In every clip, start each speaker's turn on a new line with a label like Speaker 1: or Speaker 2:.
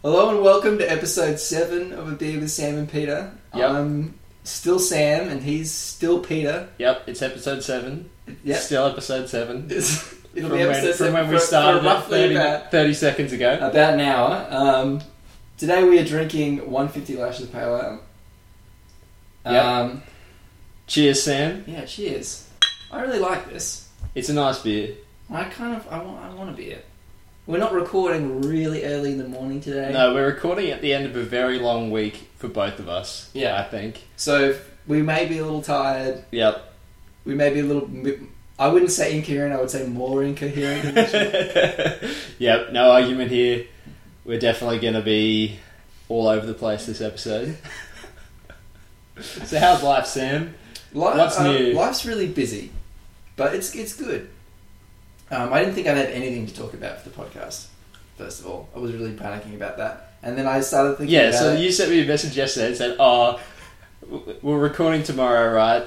Speaker 1: Hello and welcome to episode seven of A Beer with Sam and Peter.
Speaker 2: Yep.
Speaker 1: I'm still Sam and he's still Peter.
Speaker 2: Yep, it's episode seven.
Speaker 1: Yep.
Speaker 2: Still episode seven.
Speaker 1: It's, it'll
Speaker 2: From
Speaker 1: be
Speaker 2: when,
Speaker 1: episode
Speaker 2: from
Speaker 1: seven
Speaker 2: when we
Speaker 1: for- for
Speaker 2: started it
Speaker 1: roughly
Speaker 2: 30,
Speaker 1: about, Uh.
Speaker 2: 30 seconds ago.
Speaker 1: about an hour. Um, today we are drinking 150 Lashes Pale Ale.
Speaker 2: Yep.
Speaker 1: Um,
Speaker 2: Cheers, Sam.
Speaker 1: yeah, cheers. I really like this.
Speaker 2: It's a nice beer.
Speaker 1: I kind of, I want, I want a beer. We're not recording really early in the morning today.
Speaker 2: No, we're recording at the end of a very long week for both of us.
Speaker 1: Yeah.
Speaker 2: I think.
Speaker 1: So we may be a little tired.
Speaker 2: Yep.
Speaker 1: we may be a little. I wouldn't say incoherent. I would say more incoherent. Than usual.
Speaker 2: yep, no argument here. We're definitely going to be all over the place this episode. so, how's life, Sam?
Speaker 1: Life,
Speaker 2: What's new?
Speaker 1: uh, Life's really busy, but it's it's good. Um, I didn't think I'd have anything to talk about for the podcast. First of all, I was really panicking about that, and then I started thinking.
Speaker 2: Yeah,
Speaker 1: about
Speaker 2: so
Speaker 1: it.
Speaker 2: you sent me a message yesterday and said, Oh, w- we're recording tomorrow, right?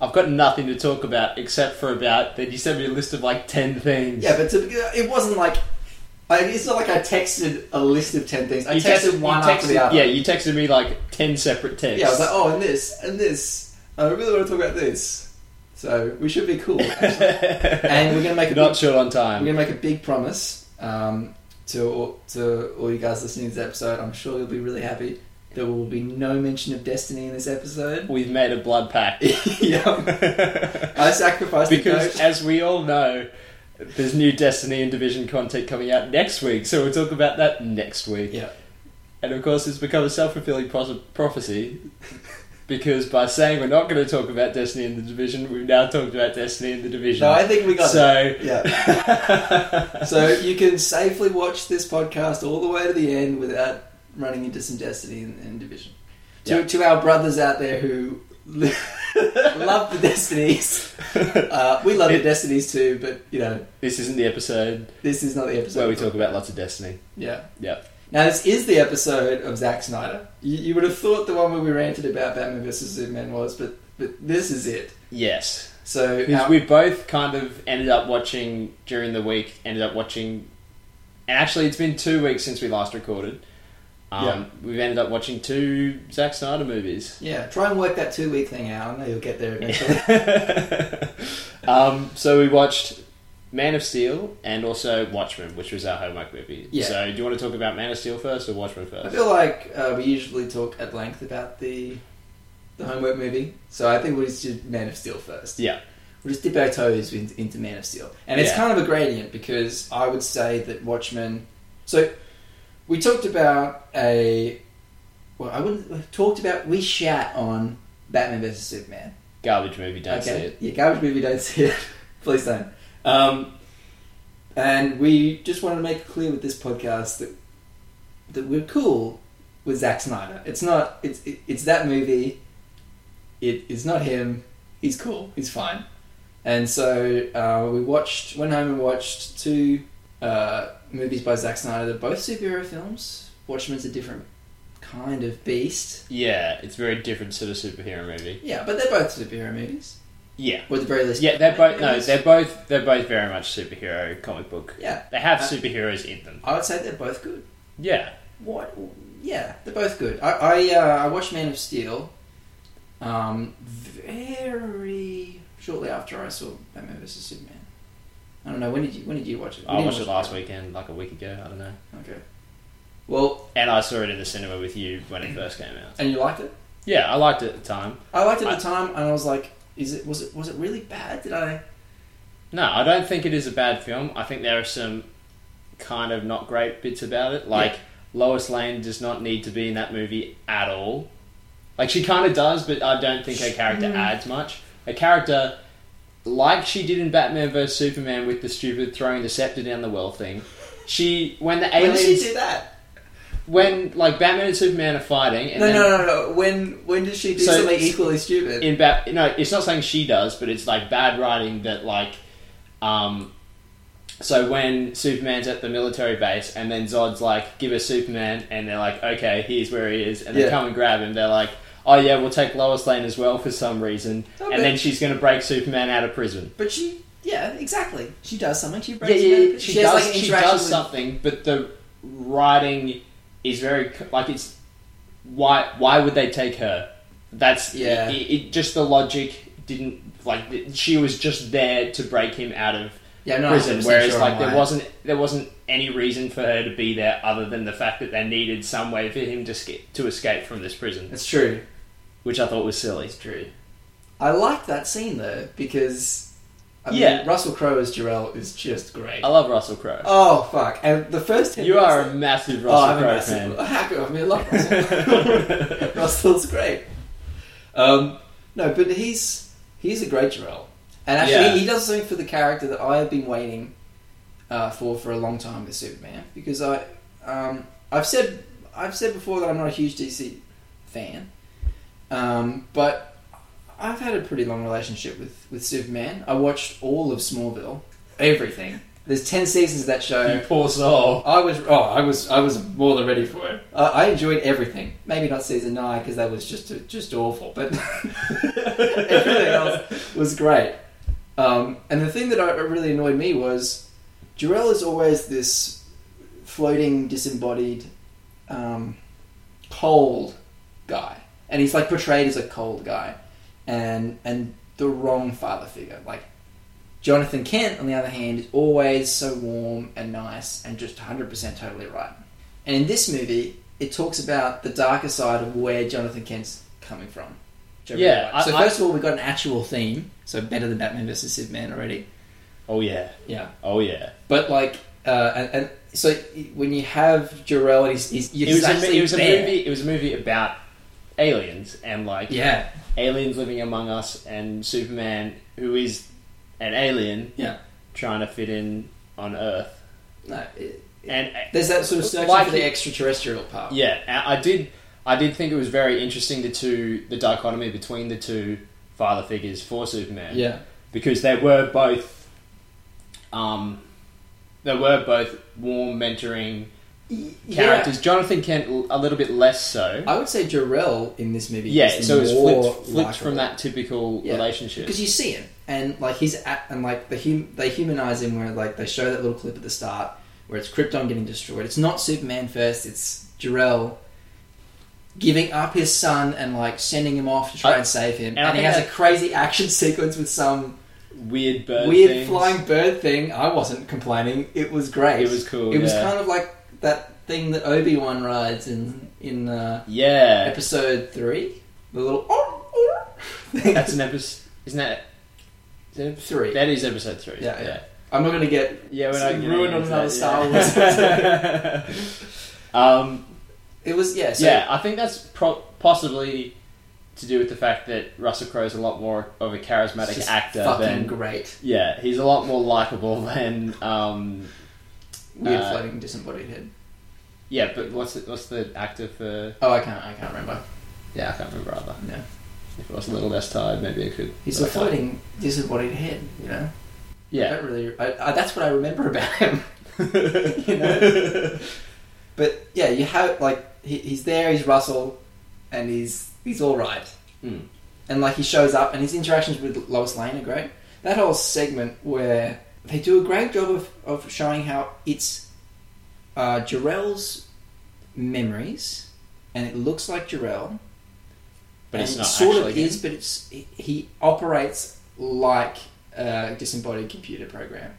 Speaker 2: I've got nothing to talk about except for about. Then you sent me a list of like 10 things.
Speaker 1: yeah, but to, it wasn't like. I, it's not like I texted a list of ten things. I
Speaker 2: You
Speaker 1: texted
Speaker 2: text- you
Speaker 1: one after
Speaker 2: texted-
Speaker 1: the other.
Speaker 2: Yeah, you texted me like 10 separate texts.
Speaker 1: yeah. I was like, oh, and this, and this. I really want to talk about this. So we should be cool. actually. oh, and we're gonna make a
Speaker 2: Not short on time.
Speaker 1: I'm going to make a big promise um, to all, to all you guys listening to this episode. I'm sure you'll be really happy. There will be no mention of Destiny in this episode.
Speaker 2: We've made a blood pact.
Speaker 1: yeah, I sacrificed the
Speaker 2: because
Speaker 1: coach.
Speaker 2: as we all know, there's new Destiny and Division content coming out next week, so we'll talk about that next week.
Speaker 1: Yeah.
Speaker 2: And of course, it's become a self fulfilling pros- prophecy because by saying we're not going to talk about Destiny and the Division, we've now talked about Destiny and the Division.
Speaker 1: No, I think we got that.
Speaker 2: so.
Speaker 1: Yeah. So you can safely watch this podcast all the way to the end without running into some Destiny and, and Division. To,
Speaker 2: Yeah.
Speaker 1: to our brothers out there who li- love the Destinies, uh, we love the
Speaker 2: It-
Speaker 1: Destinies too, but you know,
Speaker 2: this isn't the episode
Speaker 1: this is not the episode
Speaker 2: where we
Speaker 1: for-
Speaker 2: talk about lots of Destiny.
Speaker 1: Yeah.
Speaker 2: Yep.
Speaker 1: Now this is the episode of Zack Snyder. You, you would have thought the one where we ranted about Batman vs Superman was, but but this is it.
Speaker 2: Yes.
Speaker 1: So uh,
Speaker 2: Because
Speaker 1: our-
Speaker 2: we both kind of ended up watching during the week, ended up watching, and actually it's been two weeks since we last recorded. Um,
Speaker 1: Yeah.
Speaker 2: We've ended up watching two Zack Snyder movies.
Speaker 1: yeah, try and work that two week thing out. I know you'll get there eventually.
Speaker 2: um, so we watched Man of Steel and also Watchmen, which was our homework movie.
Speaker 1: Yeah.
Speaker 2: So do you want to talk about Man of Steel first or Watchmen
Speaker 1: I
Speaker 2: first?
Speaker 1: feel like uh, we usually talk at length about the the homework movie, so I think we'll just do Man of Steel first.
Speaker 2: Yeah.
Speaker 1: We'll just dip our toes in- into Man of Steel, and it's
Speaker 2: Yeah.
Speaker 1: kind of a gradient because I would say that Watchmen. So we talked about a. Well, I wouldn't we talked about we shat on Batman vs Superman.
Speaker 2: Garbage movie, don't see it.
Speaker 1: Yeah, garbage movie, don't see it. Please don't. Um, and we just wanted to make it clear with this podcast that that we're cool with Zack Snyder. It's not. It's it, it's that movie. It is not him. He's cool. He's fine. And so uh, we watched. Went home and watched two uh, movies by Zack Snyder. They're both superhero films. Watchmen's a different kind of beast.
Speaker 2: Yeah, it's very different sort of superhero movie.
Speaker 1: Yeah, but they're both superhero movies.
Speaker 2: Yeah.
Speaker 1: Or at the very least,
Speaker 2: Yeah, they're both no,
Speaker 1: movies.
Speaker 2: they're both they're both very much superhero comic book
Speaker 1: Yeah,
Speaker 2: They have
Speaker 1: Uh,
Speaker 2: superheroes in them.
Speaker 1: I would say they're both good.
Speaker 2: Yeah.
Speaker 1: What? Yeah, they're both good. I I, uh, I watched Man of Steel. Um, very shortly after I saw Batman vs Superman. I don't know when did you when did you watch it? We
Speaker 2: I
Speaker 1: didn't
Speaker 2: watched it
Speaker 1: watch
Speaker 2: last weekend, like a week ago, I don't know.
Speaker 1: Okay. Well,
Speaker 2: And I saw it in the cinema with you when it first came out.
Speaker 1: and you liked it?
Speaker 2: Yeah, I liked it at the time.
Speaker 1: I liked it at
Speaker 2: I-
Speaker 1: the time, and I was like, "Is it was it was it really bad? Did I?"
Speaker 2: No, I don't think it is a bad film. I think there are some kind of not great bits about it. Like, Lois Lane does not need to be in that movie at all. Like, she kind of does, but I don't think her character
Speaker 1: Mm.
Speaker 2: adds much. Her character, like she did in Batman vs. Superman with the stupid throwing the scepter down the well thing, she, when the
Speaker 1: When
Speaker 2: aliens.
Speaker 1: did she do that?
Speaker 2: when like Batman and Superman are fighting, and
Speaker 1: No,
Speaker 2: then
Speaker 1: no, no, no. When when did she do
Speaker 2: So-
Speaker 1: something equally stupid?
Speaker 2: in Bat, no, it's not saying she does, but it's like bad writing that like, um, so when Superman's at the military base, and then Zod's like, give us Superman, and they're like, okay, here's where he is, and they
Speaker 1: Yeah.
Speaker 2: come and grab him. They're like, oh yeah, we'll take Lois Lane as well for some reason,
Speaker 1: Oh, but-
Speaker 2: and then she's gonna break Superman out of prison.
Speaker 1: but she, yeah, exactly. She does something. She
Speaker 2: Yeah,
Speaker 1: breaks.
Speaker 2: yeah,
Speaker 1: it
Speaker 2: yeah,
Speaker 1: open.
Speaker 2: she
Speaker 1: has,
Speaker 2: does,
Speaker 1: like, an
Speaker 2: she
Speaker 1: interaction
Speaker 2: does
Speaker 1: with-
Speaker 2: something, but the writing is very c- like it's why why would they take her? That's
Speaker 1: Yeah.
Speaker 2: It, it, just the logic didn't like th- she was just there to break him out of
Speaker 1: Yeah, no,
Speaker 2: prison.
Speaker 1: 100%
Speaker 2: Whereas
Speaker 1: sure
Speaker 2: like
Speaker 1: on
Speaker 2: there
Speaker 1: why.
Speaker 2: wasn't there wasn't any reason for her to be there other than the fact that they needed some way for him to sca- to escape from this prison,
Speaker 1: It's true.
Speaker 2: which I thought was silly.
Speaker 1: It's true. I like that scene though because I
Speaker 2: Yeah.
Speaker 1: mean, Russell Crowe as Jarell is just great.
Speaker 2: I love Russell Crowe.
Speaker 1: Oh fuck! And the first ten
Speaker 2: you
Speaker 1: minutes-
Speaker 2: are a massive
Speaker 1: oh, I'm a
Speaker 2: Russell Crowe
Speaker 1: massive-
Speaker 2: fan.
Speaker 1: Happy, I mean, I love Russell. Russell's great. Um, no, but he's he's a great Jarell, and actually
Speaker 2: Yeah.
Speaker 1: he does something for the character that I have been waiting uh, for for a long time with Superman because I um, I've said I've said before that I'm not a huge DC fan, um, but I've had a pretty long relationship with with Superman. I watched all of Smallville, everything. There's ten seasons of that show.
Speaker 2: You poor soul.
Speaker 1: I was oh I was I was more than ready for it. I, I enjoyed everything. Maybe not season nine because that was just just awful, but everything else was great. Um, and the thing that I, really annoyed me was Jarell is always this floating, disembodied, um, cold guy, and he's like portrayed as a cold guy, and and the wrong father figure. Like Jonathan Kent, on the other hand, is always so warm and nice and just 100% totally right. And in this movie, it talks about the darker side of where Jonathan Kent's coming from. which I really
Speaker 2: Yeah,
Speaker 1: like.
Speaker 2: I-
Speaker 1: so
Speaker 2: I-
Speaker 1: first of all, we've got an actual theme, so better than Batman versus Superman already.
Speaker 2: Oh yeah.
Speaker 1: Yeah.
Speaker 2: Oh yeah.
Speaker 1: But like, uh, and, and so when you have Jarell, and he's, he's, he's
Speaker 2: It was, a,
Speaker 1: actually
Speaker 2: mo- it was a
Speaker 1: there.
Speaker 2: movie. It was a movie about aliens and like
Speaker 1: Yeah,
Speaker 2: aliens living among us and Superman, who is an alien,
Speaker 1: yeah.
Speaker 2: trying to fit in on Earth.
Speaker 1: No, it,
Speaker 2: And uh,
Speaker 1: there's that sort of searching
Speaker 2: Like
Speaker 1: for the
Speaker 2: it-
Speaker 1: extraterrestrial part.
Speaker 2: yeah, and I did. I did think it was very interesting the two, the dichotomy between the two father figures for Superman.
Speaker 1: yeah,
Speaker 2: because they were both, um, they were both warm mentoring
Speaker 1: Yeah.
Speaker 2: characters. Jonathan Kent l- a little bit less so.
Speaker 1: I would say Jarell in this movie.
Speaker 2: yeah,
Speaker 1: is
Speaker 2: so it was
Speaker 1: more
Speaker 2: flipped, flipped
Speaker 1: likable.
Speaker 2: from that typical
Speaker 1: Yeah.
Speaker 2: relationship.
Speaker 1: because you see him and like he's at, and like the hum- they humanize him where like they show that little clip at the start where it's Krypton getting destroyed. It's not Superman first. It's Jarell giving up his son and like sending him off to try
Speaker 2: I-
Speaker 1: and save him.
Speaker 2: and
Speaker 1: And,
Speaker 2: I
Speaker 1: he
Speaker 2: think
Speaker 1: has a
Speaker 2: that-
Speaker 1: crazy action sequence with some
Speaker 2: Weird bird.
Speaker 1: weird
Speaker 2: things.
Speaker 1: flying bird thing. I wasn't complaining. It was great.
Speaker 2: It was cool.
Speaker 1: It was
Speaker 2: yeah.
Speaker 1: kind of like that thing that Obi Wan rides in in uh,
Speaker 2: Yeah,
Speaker 1: episode three. The little oh, oh thing.
Speaker 2: that's an episode. Isn't that? is that episode-
Speaker 1: Three.
Speaker 2: That is episode three.
Speaker 1: Yeah, yeah.
Speaker 2: yeah.
Speaker 1: I'm not going to get
Speaker 2: Yeah, we're
Speaker 1: It's
Speaker 2: not
Speaker 1: been
Speaker 2: getting
Speaker 1: ruined on
Speaker 2: into
Speaker 1: another Star
Speaker 2: yeah. um,
Speaker 1: It was yeah. So
Speaker 2: yeah, I think that's pro- possibly to do with the fact that Russell Crowe's a lot more of a
Speaker 1: it's
Speaker 2: charismatic
Speaker 1: just
Speaker 2: actor
Speaker 1: fucking
Speaker 2: than.
Speaker 1: great.
Speaker 2: Yeah, he's a lot more likable than. Um,
Speaker 1: Weird
Speaker 2: Uh,
Speaker 1: floating disembodied head.
Speaker 2: yeah, but what's the, what's the actor for?
Speaker 1: Oh, I can't. I can't remember.
Speaker 2: Yeah, I can't remember either.
Speaker 1: No,
Speaker 2: If I was a little less tired, maybe I could.
Speaker 1: he's
Speaker 2: but
Speaker 1: a
Speaker 2: I can't.
Speaker 1: floating disembodied head. You know. I
Speaker 2: Yeah.
Speaker 1: don't really. I, I, that's what I remember about him.
Speaker 2: you
Speaker 1: know? But yeah, you have like he, he's there. He's Russell, and he's he's all right.
Speaker 2: Mm.
Speaker 1: And like he shows up, and his interactions with Lois Lane are great. That whole segment where they do a great job of, of showing how it's uh, Jarell's memories, and it looks like Jarell,
Speaker 2: But it's
Speaker 1: and
Speaker 2: not
Speaker 1: sort of
Speaker 2: actually him.
Speaker 1: is, but it's he- he operates like a disembodied computer program.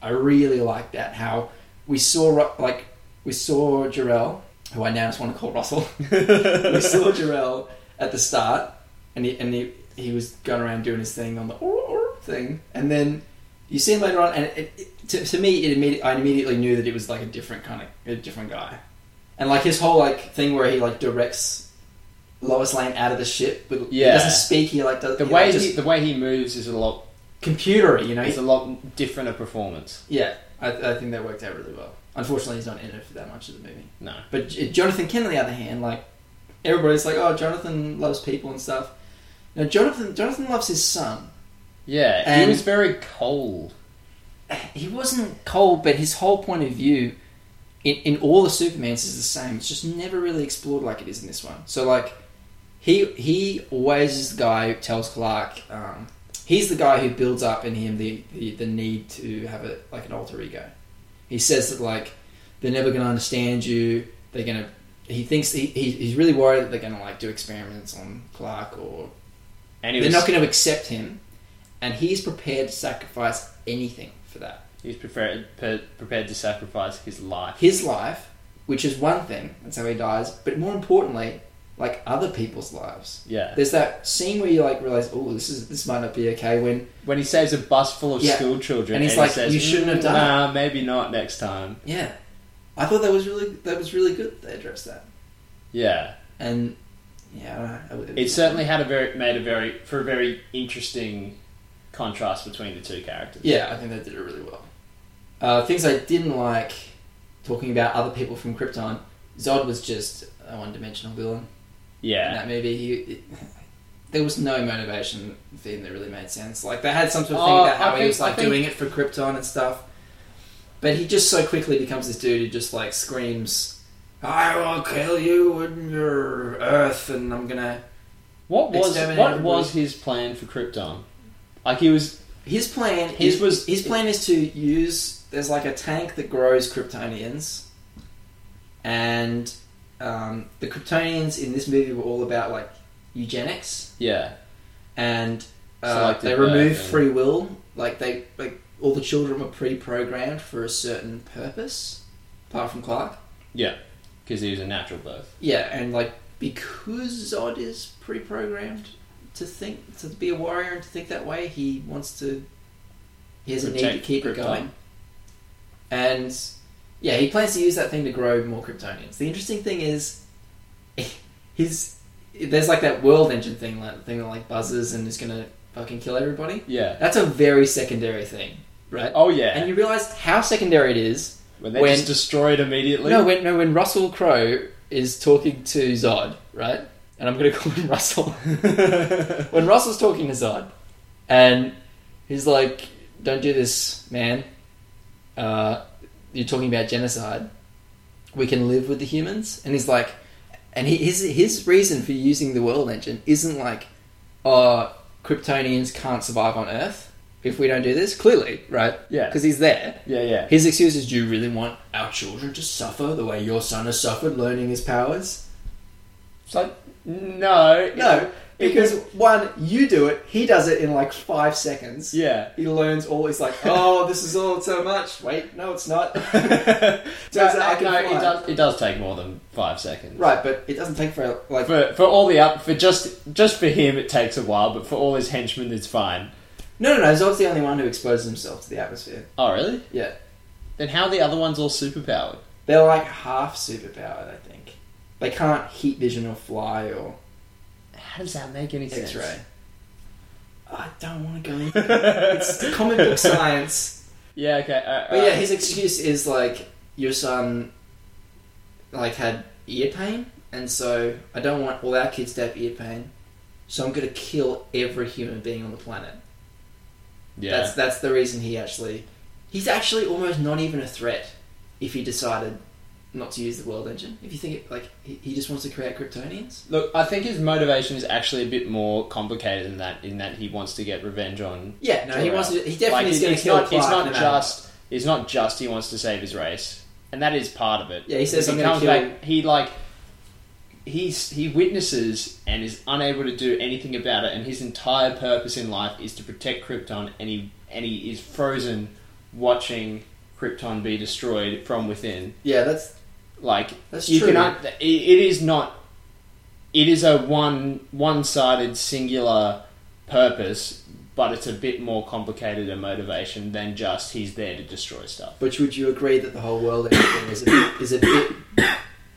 Speaker 1: I really like that how we saw Ru- like we saw Jarell, who I now just want to call Russell. we saw Jarell at the start, and he and he, he was going around doing his thing on the "Or, or" thing, and then you see him later on, and it, it, to, to me, it immedi- I immediately knew that it was like a different kind of a different guy, and like his whole like thing where he like directs Lois Lane out of the ship, but he
Speaker 2: Yeah.
Speaker 1: doesn't speak. He like does
Speaker 2: The
Speaker 1: he,
Speaker 2: way
Speaker 1: like,
Speaker 2: he, the way he moves is a lot
Speaker 1: computery, you know.
Speaker 2: is a lot different a performance.
Speaker 1: yeah, I, I think that worked out really well. Unfortunately, he's not in it for that much of the movie.
Speaker 2: No,
Speaker 1: But J- Jonathan Kent, on the other hand, like everybody's like, oh, Jonathan loves people and stuff. Now, Jonathan, Jonathan loves his son.
Speaker 2: yeah,
Speaker 1: And-
Speaker 2: he was very cold.
Speaker 1: He wasn't cold, but his whole point of view in, in all the Supermans is the same. It's just never really explored like it is in this one. So, like, he he always is the guy who tells Clark. Um, he's the guy who builds up in him the, the, the need to have a like an alter ego. He says that like they're never going to understand you. they're gonna. He thinks he, he he's really worried that they're gonna like do experiments on Clark or
Speaker 2: And he
Speaker 1: they're
Speaker 2: was,
Speaker 1: not gonna accept him, and he's prepared to sacrifice anything for that.
Speaker 2: he was prepared, per, prepared to sacrifice his life.
Speaker 1: his life, which is one thing, that's how he dies, but more importantly, like other people's lives.
Speaker 2: Yeah.
Speaker 1: There's that scene where you like realize, oh, this is this might not be okay. When
Speaker 2: When he saves a bus full of
Speaker 1: Yeah.
Speaker 2: school children,
Speaker 1: And he's
Speaker 2: he
Speaker 1: like,
Speaker 2: says,
Speaker 1: "You shouldn't have
Speaker 2: "Mm,
Speaker 1: done it."
Speaker 2: Nah, maybe not next time.
Speaker 1: yeah, I thought that was really that was really good. They addressed that,
Speaker 2: Yeah.
Speaker 1: and yeah, I don't know, I would-
Speaker 2: It certainly had a very made a very for a very interesting contrast between the two characters.
Speaker 1: Yeah, I think they did it really well. Uh, things I didn't like talking about other people from Krypton. Zod was just a one-dimensional villain. in
Speaker 2: Yeah.
Speaker 1: that movie. He, it, there was no motivation for him that really made sense. Like they had some sort of thing
Speaker 2: Oh,
Speaker 1: about how
Speaker 2: I
Speaker 1: he was
Speaker 2: think- I
Speaker 1: like
Speaker 2: think-
Speaker 1: doing it for Krypton and stuff, but he just so quickly becomes this dude who just like screams, "I will kill you and your Earth, and I'm gonna."
Speaker 2: What was
Speaker 1: Exterminate
Speaker 2: what
Speaker 1: everybody.
Speaker 2: was his plan for Krypton? Like he was
Speaker 1: His plan.
Speaker 2: His
Speaker 1: is,
Speaker 2: was-
Speaker 1: his plan is to use. There's like a tank that grows Kryptonians, and um, the Kryptonians in this movie were all about like eugenics.
Speaker 2: yeah.
Speaker 1: and uh,
Speaker 2: Selected
Speaker 1: they
Speaker 2: birth
Speaker 1: remove
Speaker 2: and-
Speaker 1: free will. Like they, like all the children were pre-programmed for a certain purpose, apart from Clark.
Speaker 2: Yeah. Because he was a natural birth.
Speaker 1: Yeah, and like because Zod is pre-programmed to think to be a warrior and to think that way, he wants to. He has a need to
Speaker 2: Protect
Speaker 1: keep it
Speaker 2: Krypton.
Speaker 1: going, and yeah, he plans to use that thing to grow more Kryptonians. The interesting thing is, his there's like that world engine thing, like thing that like buzzes and is gonna fucking kill everybody.
Speaker 2: Yeah.
Speaker 1: That's a very secondary thing, right?
Speaker 2: Oh yeah.
Speaker 1: And you realise how secondary it is.
Speaker 2: when they
Speaker 1: when-
Speaker 2: just destroyed immediately.
Speaker 1: No, when no, when Russell Crowe is talking to Zod, right? And I'm going to call him Russell. when Russell's talking to Zod, and he's like, "Don't do this, man. Uh, you're talking about genocide. We can live with the humans." And he's like, and he, his his reason for using the world engine isn't like, "Oh, Kryptonians can't survive on Earth if we don't do this." Clearly, right?
Speaker 2: Yeah.
Speaker 1: because he's there.
Speaker 2: Yeah, yeah.
Speaker 1: His excuse is, "Do you really want our children to suffer the way your son has suffered, learning his powers?"
Speaker 2: It's like no,
Speaker 1: No,
Speaker 2: It
Speaker 1: because one, you do it, he does it in like five seconds.
Speaker 2: yeah.
Speaker 1: He learns all, he's like, oh, this is all so much. Wait, no, it's not.
Speaker 2: No,
Speaker 1: Turns out I can
Speaker 2: no,
Speaker 1: fly.
Speaker 2: it does. It does take more than five seconds.
Speaker 1: Right, but it doesn't take for, like,
Speaker 2: For for all the up for just just for him it takes a while, but for all his henchmen it's fine.
Speaker 1: no, no, no, Zod's the only one who exposes himself to the atmosphere.
Speaker 2: Oh really?
Speaker 1: Yeah.
Speaker 2: Then how are the other ones all superpowered?
Speaker 1: They're like half superpowered, I think. They can't heat vision or fly or
Speaker 2: How does that make any sense?
Speaker 1: x ray. I don't want to go into It's comic book science.
Speaker 2: Yeah. Okay. Uh,
Speaker 1: But yeah, his excuse is like your son, like had ear pain, and so I don't want all our kids to have ear pain, so I'm gonna kill every human being on the planet.
Speaker 2: yeah.
Speaker 1: That's that's the reason he actually, he's actually almost not even a threat if he decided not to use the world engine. If you think it, like he, he just wants to create Kryptonians.
Speaker 2: Look, I think his motivation is actually a bit more complicated than that. In that he wants to get revenge on.
Speaker 1: Yeah, no, he
Speaker 2: Jor-El.
Speaker 1: wants to. He definitely
Speaker 2: Like,
Speaker 1: is
Speaker 2: it-
Speaker 1: gonna
Speaker 2: it's
Speaker 1: kill
Speaker 2: not,
Speaker 1: Clark.
Speaker 2: It's
Speaker 1: no
Speaker 2: not
Speaker 1: matter
Speaker 2: just. It's not just he wants to save his race, and that is part of it.
Speaker 1: Yeah, he says, "I'm
Speaker 2: Because
Speaker 1: gonna kill-"
Speaker 2: back. He like. He's, he witnesses and is unable to do anything about it, and his entire purpose in life is to protect Krypton, and he and he is frozen watching Krypton be destroyed from within.
Speaker 1: what. Yeah, that's
Speaker 2: Like
Speaker 1: that's
Speaker 2: you
Speaker 1: true.
Speaker 2: can un- it, it is not it is a one one-sided singular purpose but it's a bit more complicated a motivation than just he's there to destroy stuff
Speaker 1: But would you agree that the whole world everything is a bit, is a bit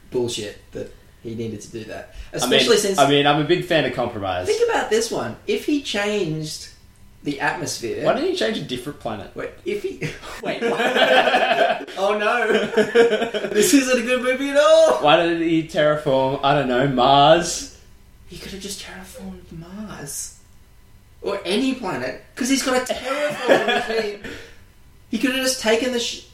Speaker 1: bullshit that he needed to do that? Especially
Speaker 2: I mean,
Speaker 1: since
Speaker 2: i mean i'm a big fan of compromise
Speaker 1: think about this one. If he changed the atmosphere,
Speaker 2: why didn't you change a different planet
Speaker 1: wait, if he wait, what? oh no, this isn't a good movie at all.
Speaker 2: why did he terraform i don't know mars
Speaker 1: He could have just terraformed Mars or any planet because he's got a terraforming machine. He could have just taken the sh-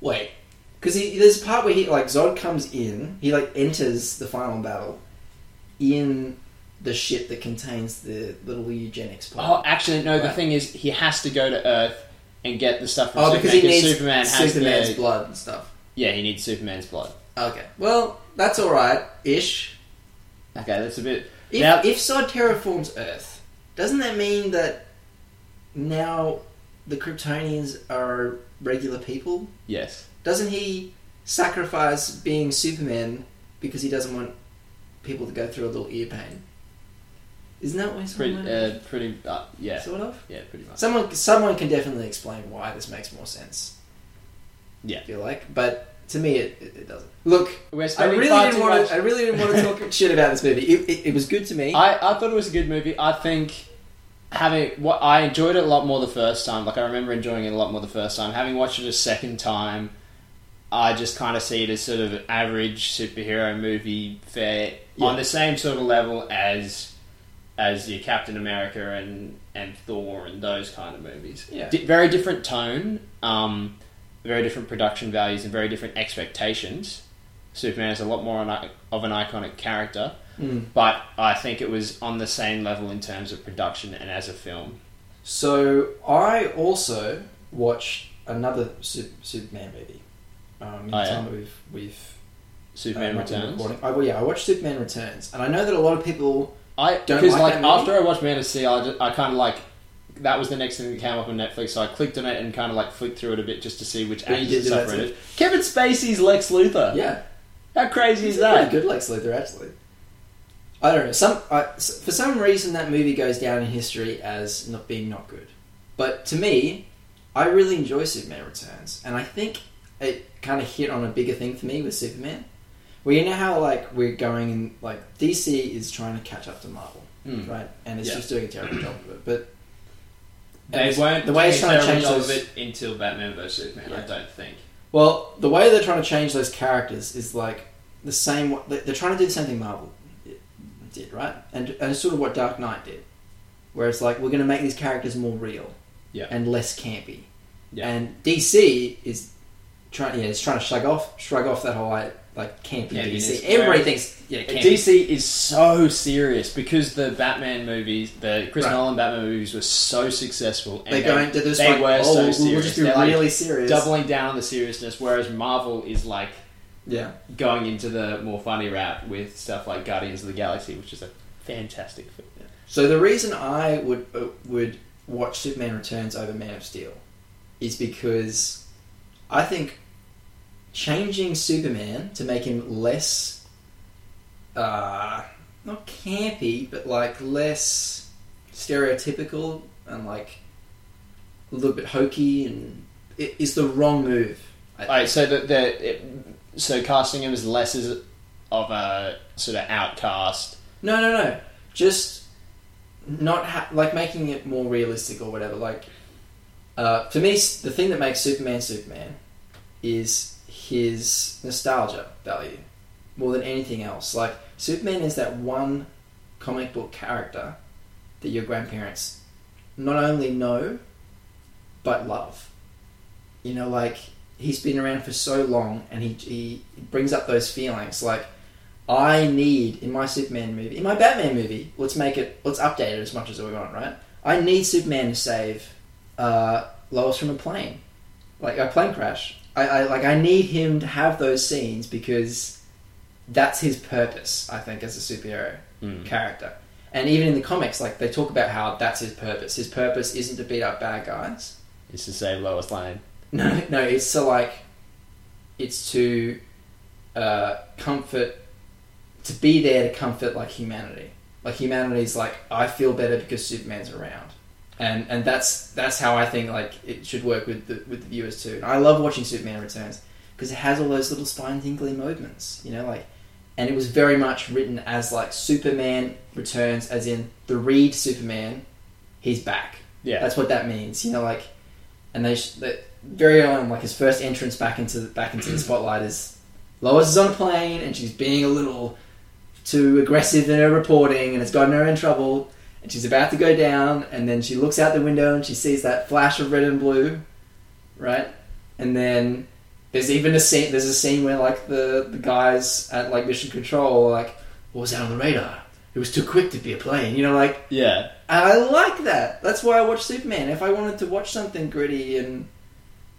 Speaker 1: wait because there's a part where he like Zod comes in, he like enters the final battle in the ship that contains the little eugenics
Speaker 2: oh
Speaker 1: part.
Speaker 2: actually no the
Speaker 1: Right.
Speaker 2: thing is he has to go to earth and get the stuff from
Speaker 1: Oh,
Speaker 2: superman
Speaker 1: because he needs
Speaker 2: superman has
Speaker 1: Superman's
Speaker 2: the,
Speaker 1: blood and stuff.
Speaker 2: yeah he needs superman's blood
Speaker 1: Okay, well that's all right ish.
Speaker 2: Okay, that's a bit.
Speaker 1: If,
Speaker 2: now,
Speaker 1: if Sod terraforms Earth, doesn't that mean that now the Kryptonians are regular people?
Speaker 2: yes.
Speaker 1: Doesn't he sacrifice being Superman because he doesn't want people to go through a little ear pain? Isn't that what he's
Speaker 2: Pretty,
Speaker 1: talking about?
Speaker 2: uh, pretty, uh, yeah.
Speaker 1: Sort of.
Speaker 2: Yeah, pretty much.
Speaker 1: Someone, someone can definitely explain why this makes more sense.
Speaker 2: Yeah.
Speaker 1: I feel like, but to me, it, it, it doesn't. Look,
Speaker 2: We're
Speaker 1: I
Speaker 2: spending
Speaker 1: really
Speaker 2: far
Speaker 1: didn't
Speaker 2: too
Speaker 1: want
Speaker 2: much-
Speaker 1: to. I really didn't want to talk shit about this movie. It, it, it was good to me.
Speaker 2: I, I thought it was a good movie. I think having what I enjoyed it a lot more the first time. Like I remember enjoying it a lot more the first time. Having watched it a second time, I just kind of see it as sort of an average superhero movie fair
Speaker 1: Yeah.
Speaker 2: on the same sort of level as as your Captain America and and Thor and those kind of movies.
Speaker 1: Yeah.
Speaker 2: Di- very different tone, um, very different production values, and very different expectations. Superman is a lot more on, of an iconic character
Speaker 1: Mm.
Speaker 2: but I think it was on the same level in terms of production and as a film.
Speaker 1: So I also watched another Sup- Superman movie. Um, in the
Speaker 2: Oh, yeah.
Speaker 1: time that we've, we've
Speaker 2: Superman
Speaker 1: uh, not been
Speaker 2: Returns.
Speaker 1: recording. I, well, yeah, I watched Superman Returns, and I know that a lot of people.
Speaker 2: I
Speaker 1: Don't
Speaker 2: because
Speaker 1: like
Speaker 2: like,
Speaker 1: that movie?
Speaker 2: after I watched Man of Steel, I, kind of like that was the next thing that came up on Netflix. So I clicked on it and kind of like flicked through it a bit just to see which
Speaker 1: But you
Speaker 2: actors
Speaker 1: did
Speaker 2: and
Speaker 1: do
Speaker 2: stuff
Speaker 1: that
Speaker 2: were in
Speaker 1: too.
Speaker 2: it. Kevin Spacey's Lex Luthor.
Speaker 1: Yeah,
Speaker 2: How crazy
Speaker 1: he's
Speaker 2: is
Speaker 1: a pretty
Speaker 2: that?
Speaker 1: good Lex Luthor actually. I don't know. Some I s for some reason that movie goes down in history as not being not good, but to me, I really enjoy Superman Returns, and I think it kind of hit on a bigger thing for me with Superman. Well, you know how like we're going in like DC is trying to catch up to Marvel.
Speaker 2: Mm.
Speaker 1: right? And it's
Speaker 2: Yeah.
Speaker 1: just doing a terrible job of it. But And
Speaker 2: They
Speaker 1: it's-
Speaker 2: weren't
Speaker 1: the way it's
Speaker 2: doing
Speaker 1: trying
Speaker 2: a
Speaker 1: to
Speaker 2: terrible
Speaker 1: change
Speaker 2: job
Speaker 1: those-
Speaker 2: of it until Batman vs Superman.
Speaker 1: Yeah.
Speaker 2: I don't think.
Speaker 1: well, the way they're trying to change those characters is like the same. they- They're trying to do the same thing Marvel did, right? And and it's sort of what Dark Knight did, where it's like we're going to make these characters more real,
Speaker 2: Yeah.
Speaker 1: and less campy.
Speaker 2: Yeah.
Speaker 1: And DC is trying, yeah, it's trying to shrug off, shrug off that whole like, like campy
Speaker 2: Yeah,
Speaker 1: DC.
Speaker 2: it's
Speaker 1: Everybody
Speaker 2: very-
Speaker 1: thinks yeah, campy.
Speaker 2: DC is so serious because the Batman movies, the Chris
Speaker 1: Right.
Speaker 2: Nolan Batman movies, were so successful.
Speaker 1: they're going. They're just
Speaker 2: they
Speaker 1: like,
Speaker 2: were
Speaker 1: oh,
Speaker 2: so
Speaker 1: we'll- we'll
Speaker 2: serious.
Speaker 1: just be
Speaker 2: They're, like,
Speaker 1: really serious.
Speaker 2: doubling down on the seriousness, whereas Marvel is like
Speaker 1: yeah,
Speaker 2: going into the more funny route with stuff like Guardians of the Galaxy, which is a fantastic film.
Speaker 1: So the reason I would uh, would watch Superman Returns over Man of Steel is because I think changing Superman to make him less uh, not campy, but like less stereotypical and like a little bit hokey and it is the wrong move. I
Speaker 2: All right, so the, the it, so casting him as less as of a sort of outcast.
Speaker 1: No, no, no. Just not ha- like making it more realistic or whatever. Like uh, for me, s- the thing that makes Superman Superman is his nostalgia value more than anything else. Like Superman is that one comic book character that your grandparents not only know but love. You know, like he's been around for so long, and he he brings up those feelings. Like I need in my Superman movie, in my Batman movie, let's make it, let's update it as much as we want, right? I need Superman to save uh, Lois from a plane, like a plane crash. I, I like I need him to have those scenes because that's his purpose. I think as a superhero
Speaker 2: Hmm.
Speaker 1: character. And even in the comics, like they talk about how that's his purpose. His purpose isn't to beat up bad guys.
Speaker 2: Is to save Lois Lane.
Speaker 1: No, no, it's to like, it's to uh, comfort, to be there to comfort like humanity. Like humanity's like I feel better because Superman's around, and and that's that's how I think like it should work with the with the viewers too. And I love watching Superman Returns because it has all those little spine tingly moments, you know, like. And it was very much written as like Superman returns, as in the Reed Superman, he's back.
Speaker 2: Yeah,
Speaker 1: That's what that means, you know. Like, and they, sh- they very early on, like his first entrance back into the, back into the spotlight is Lois is on a plane and she's being a little too aggressive in her reporting, and it's gotten her in trouble. And she's about to go down, and then she looks out the window and she sees that flash of red and blue, right? And then there's even a scene. There's a scene where like the the guys at like Mission Control are like, "What was that on the radar? It was too quick to be a plane," you know, like.
Speaker 2: yeah.
Speaker 1: And I like that. That's why I watch Superman. If I wanted to watch something gritty and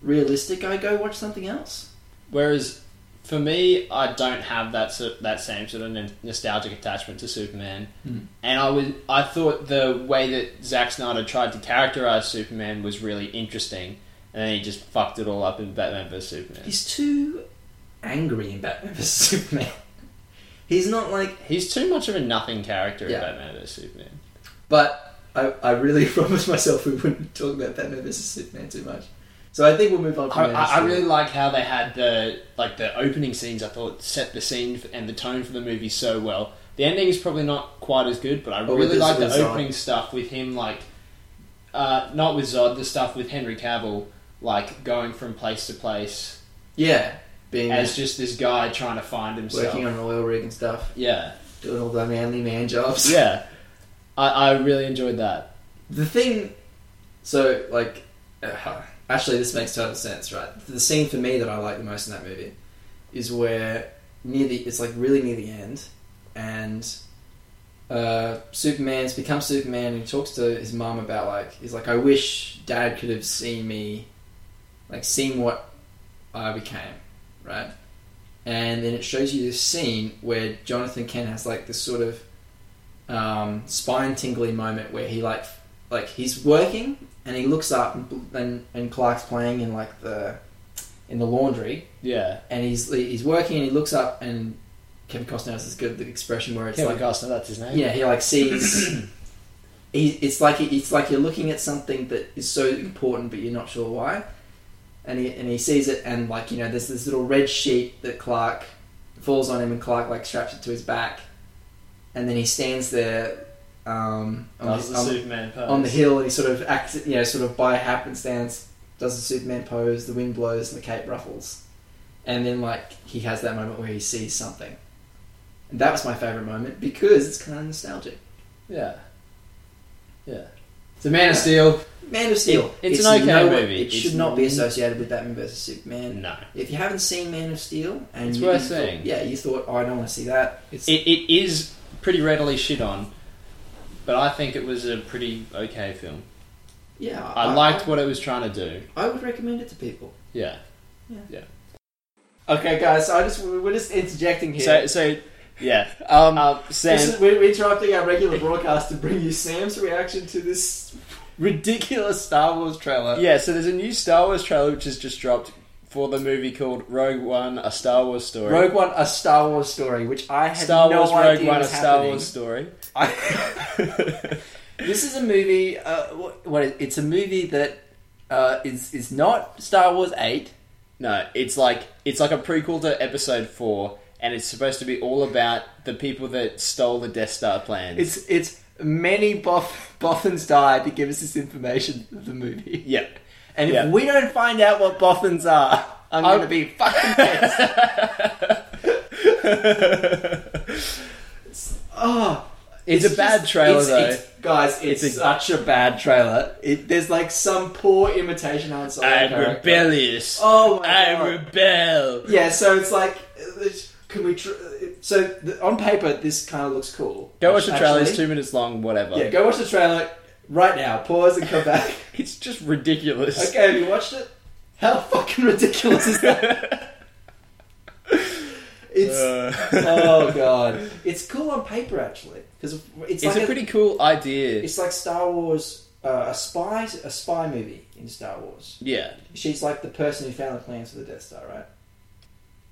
Speaker 1: realistic, I go watch something else.
Speaker 2: Whereas for me, I don't have that sor- that same sort of n- nostalgic attachment to Superman,
Speaker 1: Mm.
Speaker 2: and I was I thought the way that Zack Snyder tried to characterize Superman was really interesting, and then he just fucked it all up in Batman vs Superman. He's,
Speaker 1: He's too angry in Batman vs Superman. He's not like,
Speaker 2: too much of a nothing character
Speaker 1: Yeah.
Speaker 2: in Batman vs Superman.
Speaker 1: but I, I really promised myself we wouldn't talk about Batman vs Superman too much. So I think we'll move on. From
Speaker 2: I,
Speaker 1: Man
Speaker 2: I,
Speaker 1: of
Speaker 2: I
Speaker 1: Steel.
Speaker 2: really like how they had the like the opening scenes. I thought set the scene f- and the tone for the movie so well. The ending is probably not quite as good, but I
Speaker 1: But Oh, with
Speaker 2: really
Speaker 1: this-
Speaker 2: like the
Speaker 1: with Zod.
Speaker 2: opening stuff with him like, uh, not with Zod, the stuff with Henry Cavill, like going from place to place
Speaker 1: yeah, being
Speaker 2: as just this guy trying to find himself.
Speaker 1: working on an oil rig and stuff,
Speaker 2: yeah,
Speaker 1: doing all the manly man jobs.
Speaker 2: yeah, I, I really enjoyed that.
Speaker 1: The thing, so like, uh, actually, this makes total sense, right? The scene for me that I like the most in that movie is where near the it's like really near the end, and uh, Superman's become Superman and he talks to his mum about like he's like, I wish Dad could have seen me, like seen what I became, right? And then it shows you this scene where Jonathan Kent has like this sort of um, spine tingling moment where he like f- like he's working and he looks up and, bl- and and Clark's playing in like the in the laundry
Speaker 2: Yeah,
Speaker 1: and he's he's working and he looks up and Kevin Costner has this good expression where it's
Speaker 2: Kevin
Speaker 1: like
Speaker 2: Costner, that's his name.
Speaker 1: yeah he like sees he, it's like it's like you're looking at something that is so important but you're not sure why and he and he sees it and like you know there's this little red sheet that Clark falls on him and Clark like straps it to his back and then he stands there um, on,
Speaker 2: that's
Speaker 1: the,
Speaker 2: the
Speaker 1: on,
Speaker 2: Superman pose.
Speaker 1: on the hill and he sort of acts you know sort of by happenstance does the Superman pose the wind blows and the cape ruffles and then like he has that moment where he sees something and that was my favourite moment because it's kind of nostalgic
Speaker 2: yeah, yeah. So Man of Steel,
Speaker 1: Man of Steel.
Speaker 2: It- it's an okay movie.
Speaker 1: It should
Speaker 2: It's
Speaker 1: not be
Speaker 2: n-
Speaker 1: associated with Batman vs Superman.
Speaker 2: no.
Speaker 1: If you haven't seen Man of Steel, and
Speaker 2: It's
Speaker 1: you
Speaker 2: worth
Speaker 1: thought-
Speaker 2: seeing.
Speaker 1: yeah, you thought oh, I don't want to see that. It's
Speaker 2: It, it is pretty readily shit on, but I think it was a pretty okay film.
Speaker 1: yeah,
Speaker 2: I liked what it was trying to do.
Speaker 1: I would recommend it to people.
Speaker 2: Yeah.
Speaker 1: Okay, guys. So I just we're just interjecting
Speaker 2: So so yeah.
Speaker 1: um,
Speaker 2: Um, Sam,
Speaker 1: we're we're interrupting our regular broadcast to bring you Sam's reaction to this ridiculous Star Wars trailer.
Speaker 2: yeah. So there's a new Star Wars trailer which has just dropped for the movie called Rogue One: A Star Wars Story.
Speaker 1: Rogue One, a Star Wars story, which I had
Speaker 2: Star
Speaker 1: no
Speaker 2: Wars
Speaker 1: idea
Speaker 2: Rogue One: A
Speaker 1: was
Speaker 2: Star
Speaker 1: happening.
Speaker 2: Wars Story.
Speaker 1: I- this is a movie. Uh, wh- what is, it's a movie that uh, is is not Star Wars Eight.
Speaker 2: No, it's like it's like a prequel to Episode Four, and it's supposed to be all about the people that stole the Death Star plans.
Speaker 1: It's it's many boff, boffins die to give us this information of the movie.
Speaker 2: yeah.
Speaker 1: And if
Speaker 2: Yeah.
Speaker 1: we don't find out what boffins are, I'm
Speaker 2: I'm-
Speaker 1: going to be fucking pissed. oh.
Speaker 2: It's a bad trailer,
Speaker 1: it's- it's- guys, it's,
Speaker 2: It's a-
Speaker 1: such a bad trailer. It, there's like some poor imitation Han Solo
Speaker 2: I'm
Speaker 1: character.
Speaker 2: rebellious.
Speaker 1: Oh my
Speaker 2: I
Speaker 1: god!
Speaker 2: rebel.
Speaker 1: Yeah, so it's like, it's- can we? Tr- so the, on paper, this kind of looks cool.
Speaker 2: Go watch the trailer. It's
Speaker 1: Actually-
Speaker 2: two minutes long. Whatever.
Speaker 1: Yeah, go watch the trailer right now. Pause and come back.
Speaker 2: It's just ridiculous.
Speaker 1: okay, have you watched it? How fucking ridiculous is that? It's
Speaker 2: Uh,
Speaker 1: oh god, it's cool on paper actually because it's
Speaker 2: it's
Speaker 1: like
Speaker 2: a pretty cool idea.
Speaker 1: it's like Star Wars, uh, a spy, a spy movie in Star Wars.
Speaker 2: Yeah,
Speaker 1: She's like the person who found the plans for the Death Star, right?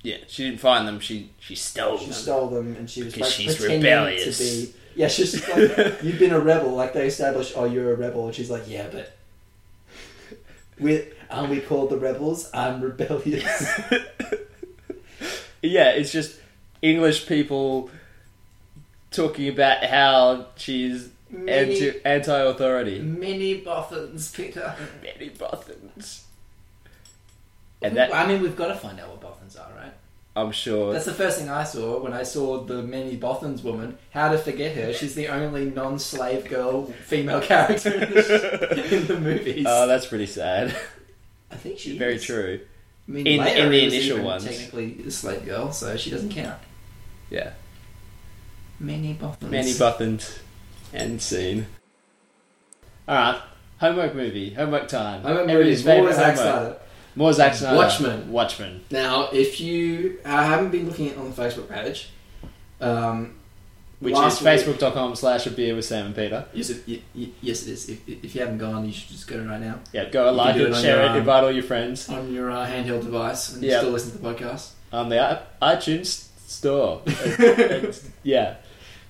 Speaker 2: yeah. She didn't find them. She she stole
Speaker 1: She
Speaker 2: them.
Speaker 1: stole them, and she was
Speaker 2: Because
Speaker 1: like
Speaker 2: she's
Speaker 1: pretending
Speaker 2: rebellious.
Speaker 1: to be. Yeah, she's just like you've been a rebel. Like they establish, oh, you're a rebel, and she's like, yeah, but we aren't we called the rebels? I'm rebellious.
Speaker 2: yeah, it's just English people talking about how she's anti anti authority.
Speaker 1: many boffins, Peter.
Speaker 2: Many buttons. And that
Speaker 1: I mean, we've got to find out what boffins are, right?
Speaker 2: I'm sure.
Speaker 1: That's the first thing I saw when I saw the many boffins woman. How to forget her? She's the only non-slave girl female character in the, in the movies.
Speaker 2: Oh, that's pretty sad.
Speaker 1: I think she
Speaker 2: Very
Speaker 1: is.
Speaker 2: true.
Speaker 1: I mean,
Speaker 2: In-
Speaker 1: Leia
Speaker 2: in the
Speaker 1: is
Speaker 2: initial
Speaker 1: even
Speaker 2: ones.
Speaker 1: technically a slave girl, so she doesn't count.
Speaker 2: Yeah.
Speaker 1: Many boffins.
Speaker 2: Many buttons. End scene. Alright. Homework movie. Homework time.
Speaker 1: I remember it
Speaker 2: Everybody's
Speaker 1: was more
Speaker 2: favourite
Speaker 1: Zack
Speaker 2: homework.
Speaker 1: Snyder.
Speaker 2: More Zack Snyder.
Speaker 1: Watchmen.
Speaker 2: Watchmen.
Speaker 1: Now, if you I haven't been looking at on the Facebook page, um,
Speaker 2: Which
Speaker 1: Last
Speaker 2: is
Speaker 1: week-
Speaker 2: facebook.com slash a beer with Sam and Peter.
Speaker 1: yes, it, y- y- yes, it is. If, if you haven't gone, you should just go right now
Speaker 2: Yeah, go
Speaker 1: You
Speaker 2: like
Speaker 1: can do
Speaker 2: it,
Speaker 1: it on
Speaker 2: share
Speaker 1: your
Speaker 2: it,
Speaker 1: own.
Speaker 2: invite all your friends
Speaker 1: on your uh, handheld device and
Speaker 2: Yeah.
Speaker 1: still listen to the podcast.
Speaker 2: on the i- iTunes store. It's- yeah.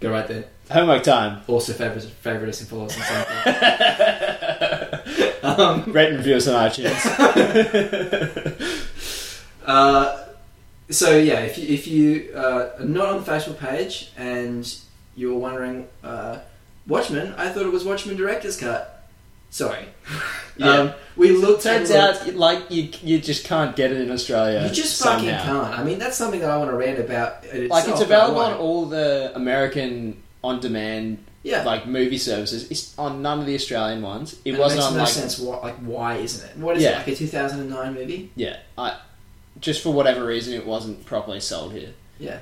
Speaker 1: Go right there.
Speaker 2: Homework time.
Speaker 1: Also, favorite favorite us and follow us on something. um,
Speaker 2: Rate and review us on iTunes.
Speaker 1: Uh, so yeah, if you, if you uh, are not on the Facebook page and you're wondering, uh, Watchmen, I thought it was Watchmen director's cut. Sorry.
Speaker 2: Yeah.
Speaker 1: Um, we looked.
Speaker 2: Turns
Speaker 1: and
Speaker 2: out, like, you you just can't get it in Australia.
Speaker 1: looked- you just
Speaker 2: somehow.
Speaker 1: fucking can't. I mean, that's something that I want to rant about. in
Speaker 2: Like, it's
Speaker 1: itself,
Speaker 2: available
Speaker 1: but I
Speaker 2: on
Speaker 1: won't.
Speaker 2: all the American on demand,
Speaker 1: Yeah.
Speaker 2: like, movie services. It's on none of the Australian ones. It
Speaker 1: And
Speaker 2: wasn't
Speaker 1: makes
Speaker 2: on,
Speaker 1: no
Speaker 2: like,
Speaker 1: sense. Why, like, why isn't it? What is
Speaker 2: Yeah.
Speaker 1: it? Like a 2009 movie?
Speaker 2: yeah. I Just for whatever reason, it wasn't properly sold here.
Speaker 1: Yeah.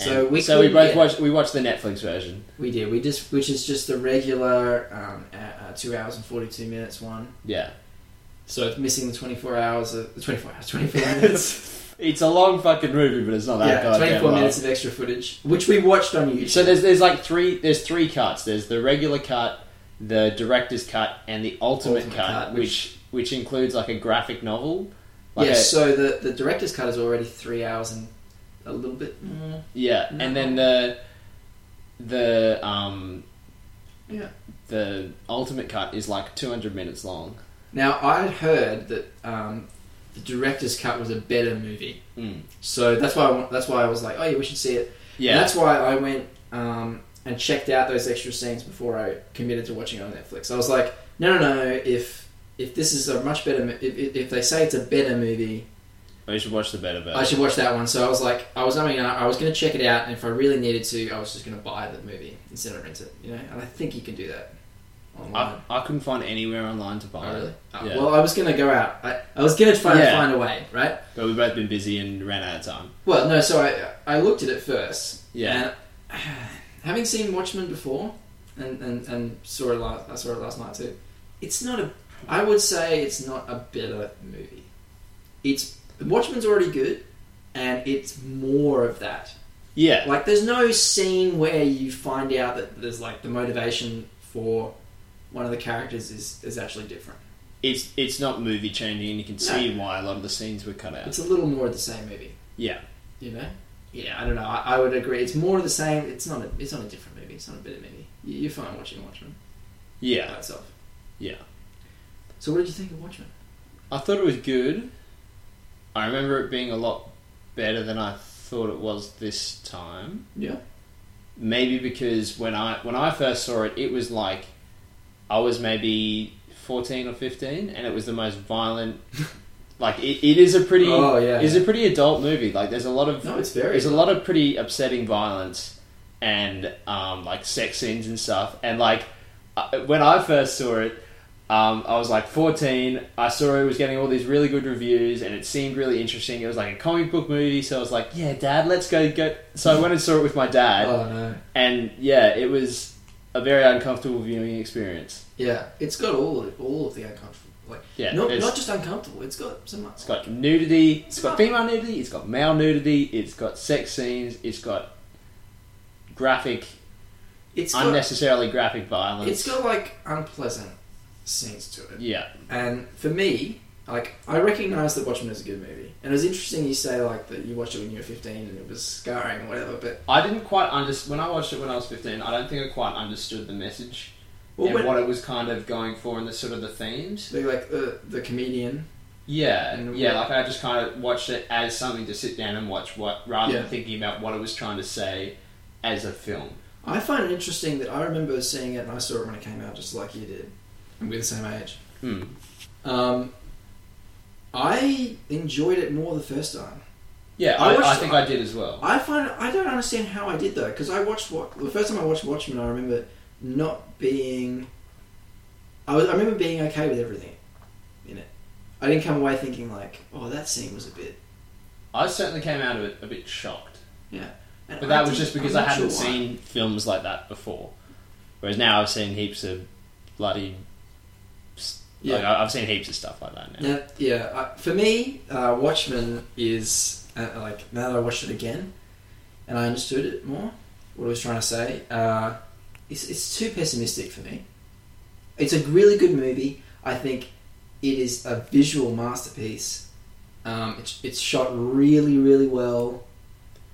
Speaker 2: And
Speaker 1: So we
Speaker 2: so we
Speaker 1: couldn't
Speaker 2: both
Speaker 1: get-
Speaker 2: watched we watched the Netflix version.
Speaker 1: We did. We just, which is just the regular um, uh, uh, two hours and 42 minutes one.
Speaker 2: Yeah,
Speaker 1: So it's missing the 24 hours of the 24 hours, 24 minutes.
Speaker 2: it's a long fucking movie, but it's not that
Speaker 1: yeah,
Speaker 2: goddamn
Speaker 1: 24
Speaker 2: long.
Speaker 1: minutes of extra footage, which we watched on YouTube.
Speaker 2: So there's there's like three there's three cuts. There's the regular cut, the director's cut, and the ultimate,
Speaker 1: Ultimate
Speaker 2: cut,
Speaker 1: cut,
Speaker 2: which which includes like a graphic novel. Like
Speaker 1: yeah,
Speaker 2: a-
Speaker 1: so the, the director's cut is already three hours and a little bit. more.
Speaker 2: yeah, and then the the um
Speaker 1: Yeah.
Speaker 2: the ultimate cut is like 200 minutes long.
Speaker 1: Now I had heard that um, the director's cut was a better movie,
Speaker 2: Mm.
Speaker 1: so that's why I, wa- that's why I was like, oh yeah, we should see it.
Speaker 2: Yeah,
Speaker 1: And that's why I went um, and checked out those extra scenes before I committed to watching it on Netflix. I was like, no, no, no. If if this is a much better, mo- if, if if they say it's a better movie,
Speaker 2: we should watch the better version.
Speaker 1: I should watch that one. So I was like, I was I mean, I I was going to check it out, and if I really needed to, I was just going to buy the movie instead of rent it. You know, and I think you can do that
Speaker 2: I,
Speaker 1: online.
Speaker 2: I couldn't find anywhere online to buy
Speaker 1: Oh,
Speaker 2: it.
Speaker 1: really? Oh,
Speaker 2: yeah.
Speaker 1: Well, I was going to go out. I, I was going to try and
Speaker 2: Yeah.
Speaker 1: find a way, right?
Speaker 2: But we've both been busy and ran out of time.
Speaker 1: Well, no. So I I looked at it first.
Speaker 2: Yeah.
Speaker 1: And having seen Watchmen before, and and, and saw it last, I saw it last night too. It's not a. I would say it's not a better movie. It's Watchmen's already good, and it's more of that.
Speaker 2: Yeah.
Speaker 1: Like, there's no scene where you find out that there's like the motivation for one of the characters is, is actually different.
Speaker 2: It's it's not movie changing and you can see why a lot of the scenes were cut out.
Speaker 1: It's a little more of the same movie,
Speaker 2: Yeah.
Speaker 1: you know? Yeah, I don't know. I, I would agree. It's more of the same. It's not a. It's not a different movie. It's not a better movie. You, you're fine watching Watchmen by
Speaker 2: Yeah.
Speaker 1: itself.
Speaker 2: Yeah.
Speaker 1: So, what did you think of Watchmen?
Speaker 2: I thought it was good. I remember it being a lot better than I thought it was this time.
Speaker 1: Yeah.
Speaker 2: Maybe because when I when I first saw it it was like I was maybe 14 or 15 and it was the most violent like it, it is a pretty
Speaker 1: Oh, yeah.
Speaker 2: it's a pretty adult movie. Like there's a lot of
Speaker 1: No, it's very.
Speaker 2: There's a lot of pretty upsetting violence and um, like sex scenes and stuff. And like I- when I first saw it, um, I was like 14. I saw it was getting all these really good reviews, and it seemed really interesting. It was like a comic book movie, so I was like, "Yeah, Dad, let's go go." So I went and saw it with my dad,
Speaker 1: Oh no.
Speaker 2: and yeah, it was a very uncomfortable viewing experience.
Speaker 1: Yeah, it's got all of, all of the uncomfortable. Like,
Speaker 2: Yeah,
Speaker 1: not,
Speaker 2: it's-
Speaker 1: not just uncomfortable. It's got some.
Speaker 2: It's got nudity, it's got female nudity, it's got male nudity, it's got sex scenes, it's got graphic
Speaker 1: It's got.
Speaker 2: unnecessarily graphic violence.
Speaker 1: It's got like unpleasant scenes to it.
Speaker 2: yeah,
Speaker 1: And for me, like I recognise that Watchmen is a good movie, and it was interesting you say like that you watched it when you were fifteen and it was scarring or whatever. But
Speaker 2: I didn't quite understand when I watched it when I was fifteen. I don't think I quite understood the message
Speaker 1: well,
Speaker 2: and
Speaker 1: when,
Speaker 2: what it was kind of going for and the sort of the themes.
Speaker 1: they, like the the comedian,
Speaker 2: Yeah,
Speaker 1: And
Speaker 2: yeah.
Speaker 1: what-
Speaker 2: Like I just kind of watched it as something to sit down and watch, what rather
Speaker 1: Yeah.
Speaker 2: than thinking about what it was trying to say as a film.
Speaker 1: I find it interesting that I remember seeing it and I saw it when it came out, just like you did, and we're the same age.
Speaker 2: Hmm.
Speaker 1: Um, I enjoyed it more the first time.
Speaker 2: Yeah,
Speaker 1: I
Speaker 2: I, I,
Speaker 1: watched-
Speaker 2: think I did as well.
Speaker 1: I find I don't understand how I did though because I watched what the first time I watched Watchmen I remember not being I, was, I remember being okay with everything in it. I didn't come away thinking like oh that scene was a bit
Speaker 2: I certainly came out of it a bit shocked,
Speaker 1: and
Speaker 2: but
Speaker 1: I
Speaker 2: that was
Speaker 1: didn't-
Speaker 2: just because
Speaker 1: I'm
Speaker 2: I
Speaker 1: not
Speaker 2: hadn't
Speaker 1: sure why.
Speaker 2: seen films like that before. Whereas now I've seen heaps of bloody s-
Speaker 1: Yeah.
Speaker 2: Like, I- I've seen heaps of stuff like that now.
Speaker 1: Yeah, yeah. Uh, for me, uh, Watchmen is uh, like now that I watched it again, and I understood it more. What I was trying to say, uh, it's it's too pessimistic for me. It's a really good movie. I think it is a visual masterpiece. Um, it's it's shot really really well.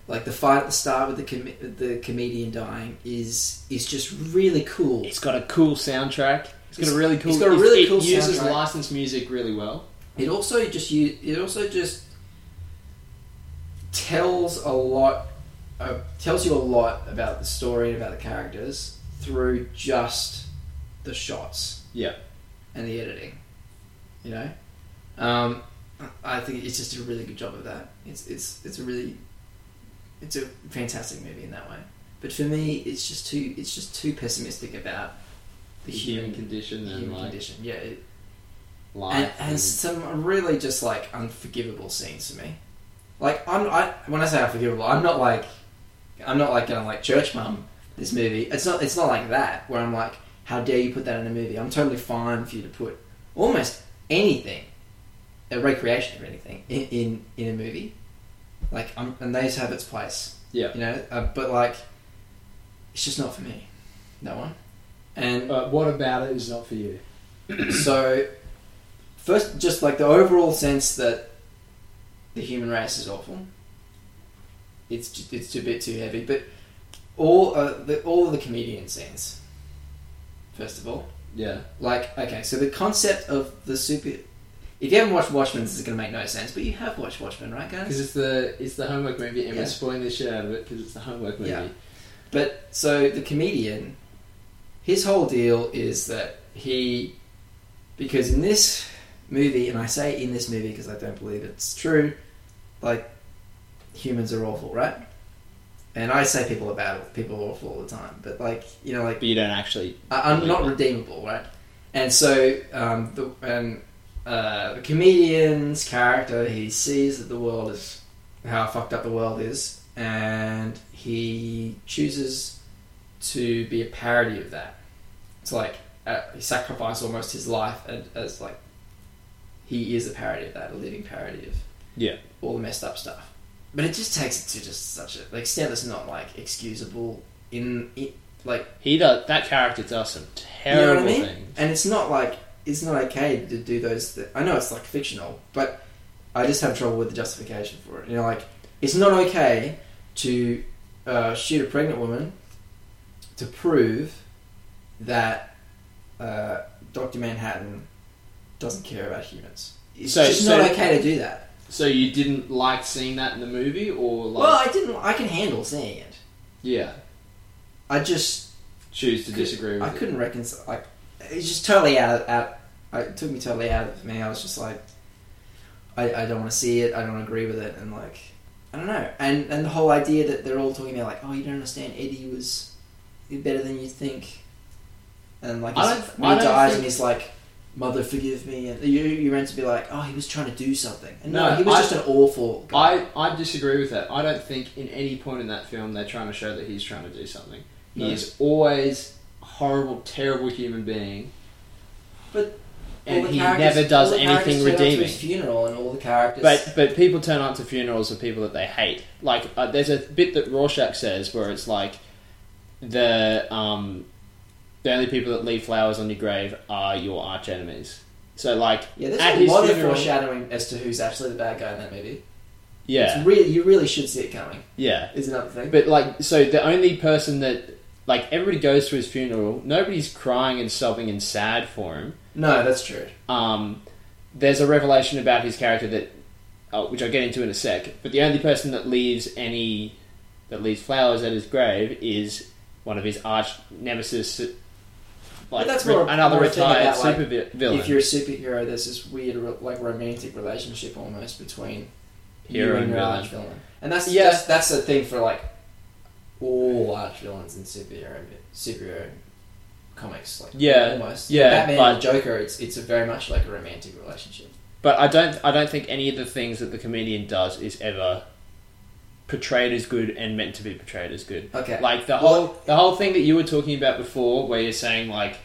Speaker 1: Like the fight at the start with the com- the comedian dying is is just really cool.
Speaker 2: It's got a cool soundtrack. It's got
Speaker 1: It's-
Speaker 2: a really cool.
Speaker 1: it's got a really
Speaker 2: it
Speaker 1: cool
Speaker 2: uses
Speaker 1: soundtrack.
Speaker 2: licensed music really well.
Speaker 1: It also just you. It also just tells a lot. Uh, tells you a lot about the story and about the characters through just the shots.
Speaker 2: Yeah.
Speaker 1: And the editing. You know, um, I think it's just a really good job of that. It's it's it's a really it's a fantastic movie in that way. But for me, it's just too it's just too pessimistic about the,
Speaker 2: The human
Speaker 1: human,
Speaker 2: condition and
Speaker 1: human
Speaker 2: like
Speaker 1: condition. Yeah, it, and,
Speaker 2: life.
Speaker 1: and
Speaker 2: and-
Speaker 1: some really just like unforgivable scenes for me. Like I'm, I when I say unforgivable, I'm not like, I'm not like going like church mum. This movie, it's not, it's not like that. Where I'm like, how dare you put that in a movie? I'm totally fine for you to put almost anything, a recreation or anything, in in, in a movie. Like, I'm, and those have its place.
Speaker 2: Yeah.
Speaker 1: You know, uh, but like, it's just not for me. That one. And
Speaker 2: But what about it is not for you?
Speaker 1: so first just like the overall sense that the human race is awful it's ju- it's a bit too heavy but all uh, the, all of the comedian scenes first of all
Speaker 2: Yeah.
Speaker 1: like okay so the concept of the super if you haven't watched Watchmen this is going to make no sense but you have watched Watchmen right guys
Speaker 2: Because it's the it's the homework movie, and
Speaker 1: Yeah.
Speaker 2: we're spoiling the shit out of it because it's the homework movie.
Speaker 1: Yeah. But so the comedian, his whole deal is that he, because in this movie, and I say in this movie because I don't believe it's true, like humans are awful, right? And I say people are bad, people are awful all the time, but like you know, like
Speaker 2: But you don't actually.
Speaker 1: I- I'm not redeemable, right? And so um, the um, uh, the comedian's character, he sees that the world is how fucked up the world is, and he chooses to be a parody of that. It's like uh, he sacrificed almost his life as, as like he is a parody of that, a living parody of
Speaker 2: Yeah.
Speaker 1: all the messed up stuff. But it just takes it to just such a the extent that's not like excusable in, in like
Speaker 2: He does. That character does some
Speaker 1: you know what I
Speaker 2: terrible
Speaker 1: mean?
Speaker 2: things.
Speaker 1: And it's not like it's not okay to do those. Th- I know it's like fictional, but I just have trouble with the justification for it. You know, like it's not okay to uh, shoot a pregnant woman to prove that uh, Doctor Manhattan doesn't care about humans. It's
Speaker 2: So-
Speaker 1: just
Speaker 2: so-
Speaker 1: not okay to do that.
Speaker 2: So you didn't like seeing that in the movie, or like?
Speaker 1: well, I didn't. I can handle seeing it.
Speaker 2: yeah.
Speaker 1: I just
Speaker 2: Choose to
Speaker 1: Could-
Speaker 2: disagree with.
Speaker 1: I
Speaker 2: it.
Speaker 1: couldn't reconcile. Like, it's just totally out. out I, it took me totally out of me. I was just like, I, I don't want to see it. I don't agree with it, and like, I don't know. And and the whole idea that they're all talking about like, oh, you don't understand. Eddie was better than you think, and like,
Speaker 2: I
Speaker 1: his-
Speaker 2: don't-
Speaker 1: when
Speaker 2: I
Speaker 1: he
Speaker 2: don't
Speaker 1: dies,
Speaker 2: think-
Speaker 1: and he's like. Mother, forgive me, and you, you're meant to be like, oh, he was trying to do something. And no,
Speaker 2: No,
Speaker 1: he was
Speaker 2: I-
Speaker 1: just an awful guy.
Speaker 2: I, I disagree with that. I don't think in any point in that film they're trying to show that he's trying to do something. He
Speaker 1: No.
Speaker 2: is always a horrible, terrible human being.
Speaker 1: But
Speaker 2: and
Speaker 1: All the
Speaker 2: he
Speaker 1: characters-
Speaker 2: never does
Speaker 1: all the characters
Speaker 2: anything
Speaker 1: turn up to his
Speaker 2: redeeming.
Speaker 1: funeral, and all the characters.
Speaker 2: But but people turn up to funerals of people that they hate. Like uh, there's a bit that Rorschach says where it's like the um, the only people that leave flowers on your grave are your arch enemies. So like
Speaker 1: Yeah, there's
Speaker 2: at
Speaker 1: a
Speaker 2: his
Speaker 1: lot
Speaker 2: funeral,
Speaker 1: of foreshadowing as to who's actually the bad guy in that movie.
Speaker 2: yeah
Speaker 1: It's really, you really should see it coming,
Speaker 2: yeah
Speaker 1: is another thing.
Speaker 2: But like, so the only person that like everybody goes to his funeral, nobody's crying and sobbing and sad for him.
Speaker 1: no, that's true.
Speaker 2: Um, there's a revelation about his character that, uh, which I'll get into in a sec. But the only person that leaves any that leaves flowers at his grave is one of his arch nemesis. uh, Like
Speaker 1: that's
Speaker 2: re-
Speaker 1: more-
Speaker 2: another
Speaker 1: more a thing
Speaker 2: retired
Speaker 1: about, like,
Speaker 2: super vi- villain.
Speaker 1: If you're a superhero, there's this weird, ro- like, romantic relationship almost between you
Speaker 2: Hero
Speaker 1: and
Speaker 2: and
Speaker 1: your
Speaker 2: villain.
Speaker 1: arch villain. And that's,
Speaker 2: Yeah.
Speaker 1: that's that's the thing for like all arch villains in superhero superhero comics, like
Speaker 2: Yeah.
Speaker 1: almost
Speaker 2: Yeah,
Speaker 1: Batman and
Speaker 2: but-
Speaker 1: Joker. It's it's a very much like a romantic relationship.
Speaker 2: But I don't I don't think any of the things that the comedian does is ever portrayed as good and meant to be portrayed as good.
Speaker 1: Okay,
Speaker 2: Like the
Speaker 1: Well-
Speaker 2: whole the whole thing that you were talking about before where you're saying like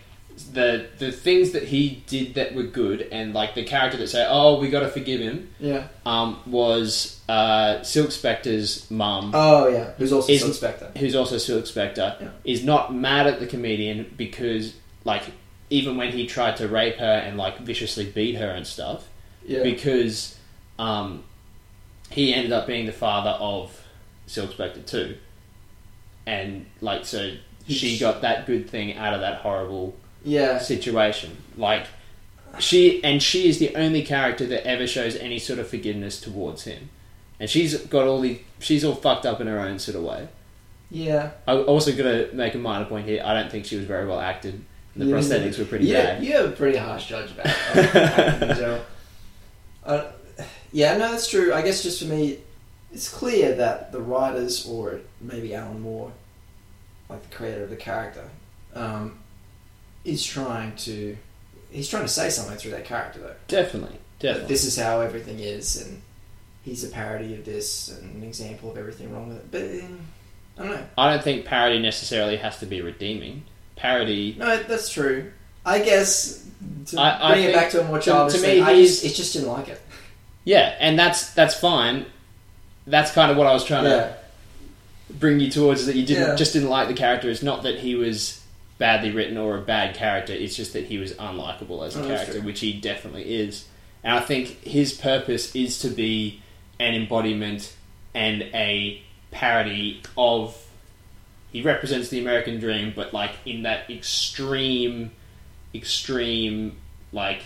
Speaker 2: the the things that he did that were good and like the character that say, "Oh, we got to forgive him,"
Speaker 1: Yeah.
Speaker 2: um, was uh, Silk Spectre's mum,
Speaker 1: Oh yeah. Who's also
Speaker 2: Is-
Speaker 1: Silk Spectre?
Speaker 2: who's also Silk Spectre,
Speaker 1: Yeah.
Speaker 2: is not mad at the comedian because like even when he tried to rape her and like viciously beat her and stuff,
Speaker 1: Yeah.
Speaker 2: because um, he ended up being the father of Silk Spectre too, and like so she
Speaker 1: He's-
Speaker 2: got that good thing out of that horrible
Speaker 1: yeah.
Speaker 2: situation. Like she and she is the only character that ever shows any sort of forgiveness towards him, and she's got all the she's all fucked up in her own sort of way.
Speaker 1: Yeah.
Speaker 2: I also gotta make a minor point here. I don't think she was very well acted. The
Speaker 1: Yeah.
Speaker 2: prosthetics were pretty
Speaker 1: yeah,
Speaker 2: bad.
Speaker 1: You're a pretty harsh judge about acting in general. Uh, yeah, no, that's true. I guess just for me, it's clear that the writers, or maybe Alan Moore, like the creator of the character, um, is trying to. He's trying to say something through that character, though.
Speaker 2: Definitely,
Speaker 1: That
Speaker 2: definitely.
Speaker 1: This is how everything is, and he's a parody of this and an example of everything wrong with it. But um, I don't know.
Speaker 2: I don't think parody necessarily has to be redeeming. Parody
Speaker 1: No, that's true. I guess to
Speaker 2: I- I
Speaker 1: bring it
Speaker 2: think-
Speaker 1: back to a more
Speaker 2: to-
Speaker 1: childish
Speaker 2: to me,
Speaker 1: thing, I
Speaker 2: he's-
Speaker 1: just, it just didn't like it.
Speaker 2: Yeah, and that's that's fine. That's kind of what I was trying
Speaker 1: Yeah,
Speaker 2: to bring you towards is that you didn't
Speaker 1: Yeah.
Speaker 2: just didn't like the character. It's not that he was badly written or a bad character. It's just that he was unlikable as a
Speaker 1: Oh, that's
Speaker 2: character,
Speaker 1: true.
Speaker 2: which he definitely is. And I think his purpose is to be an embodiment and a parody of. He represents the American dream, but like in that extreme, extreme like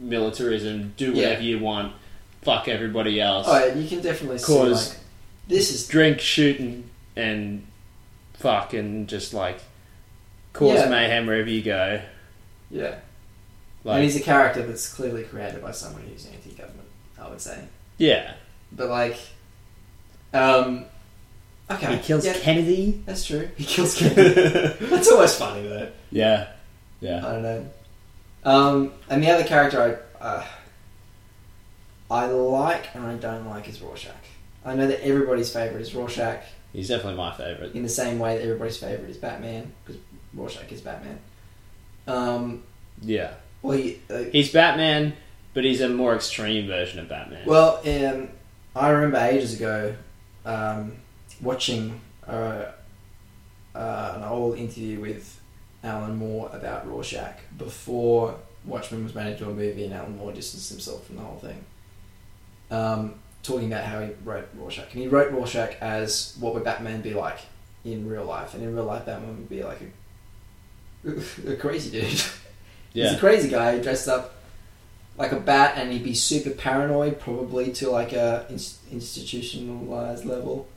Speaker 2: militarism. Do
Speaker 1: Yeah.
Speaker 2: whatever you want. Fuck everybody else
Speaker 1: oh, yeah, you can definitely see
Speaker 2: Cause-
Speaker 1: like, this is
Speaker 2: drink, shoot, and, and fuck, and just like cause
Speaker 1: Yeah.
Speaker 2: mayhem wherever you go.
Speaker 1: yeah, and
Speaker 2: Like,
Speaker 1: he's a character that's clearly created by someone who's anti-government. I would say,
Speaker 2: yeah,
Speaker 1: but like, um, okay,
Speaker 2: he kills
Speaker 1: yeah,
Speaker 2: Kennedy.
Speaker 1: that's true. He kills Kennedy. that's always funny though.
Speaker 2: yeah,
Speaker 1: I
Speaker 2: yeah.
Speaker 1: don't know. Um, and the other character I uh, I like and I don't like is Rorschach. I know that everybody's favorite is Rorschach.
Speaker 2: He's definitely my favorite.
Speaker 1: in the same way that everybody's favorite is Batman because Rorschach is Batman. Um,
Speaker 2: Yeah,
Speaker 1: well, he, uh,
Speaker 2: he's Batman, but he's a more extreme version of Batman.
Speaker 1: well, um, I remember ages ago um, watching uh, uh, an old interview with Alan Moore about Rorschach before Watchmen was made into a movie, and Alan Moore distanced himself from the whole thing. Um, talking about how he wrote Rorschach, and he wrote Rorschach as what would Batman be like in real life, and in real life, Batman would be like a, a crazy dude. He's
Speaker 2: yeah,
Speaker 1: a crazy guy who dressed up like a bat, and he'd be super paranoid, probably to like a ins- institutionalized level.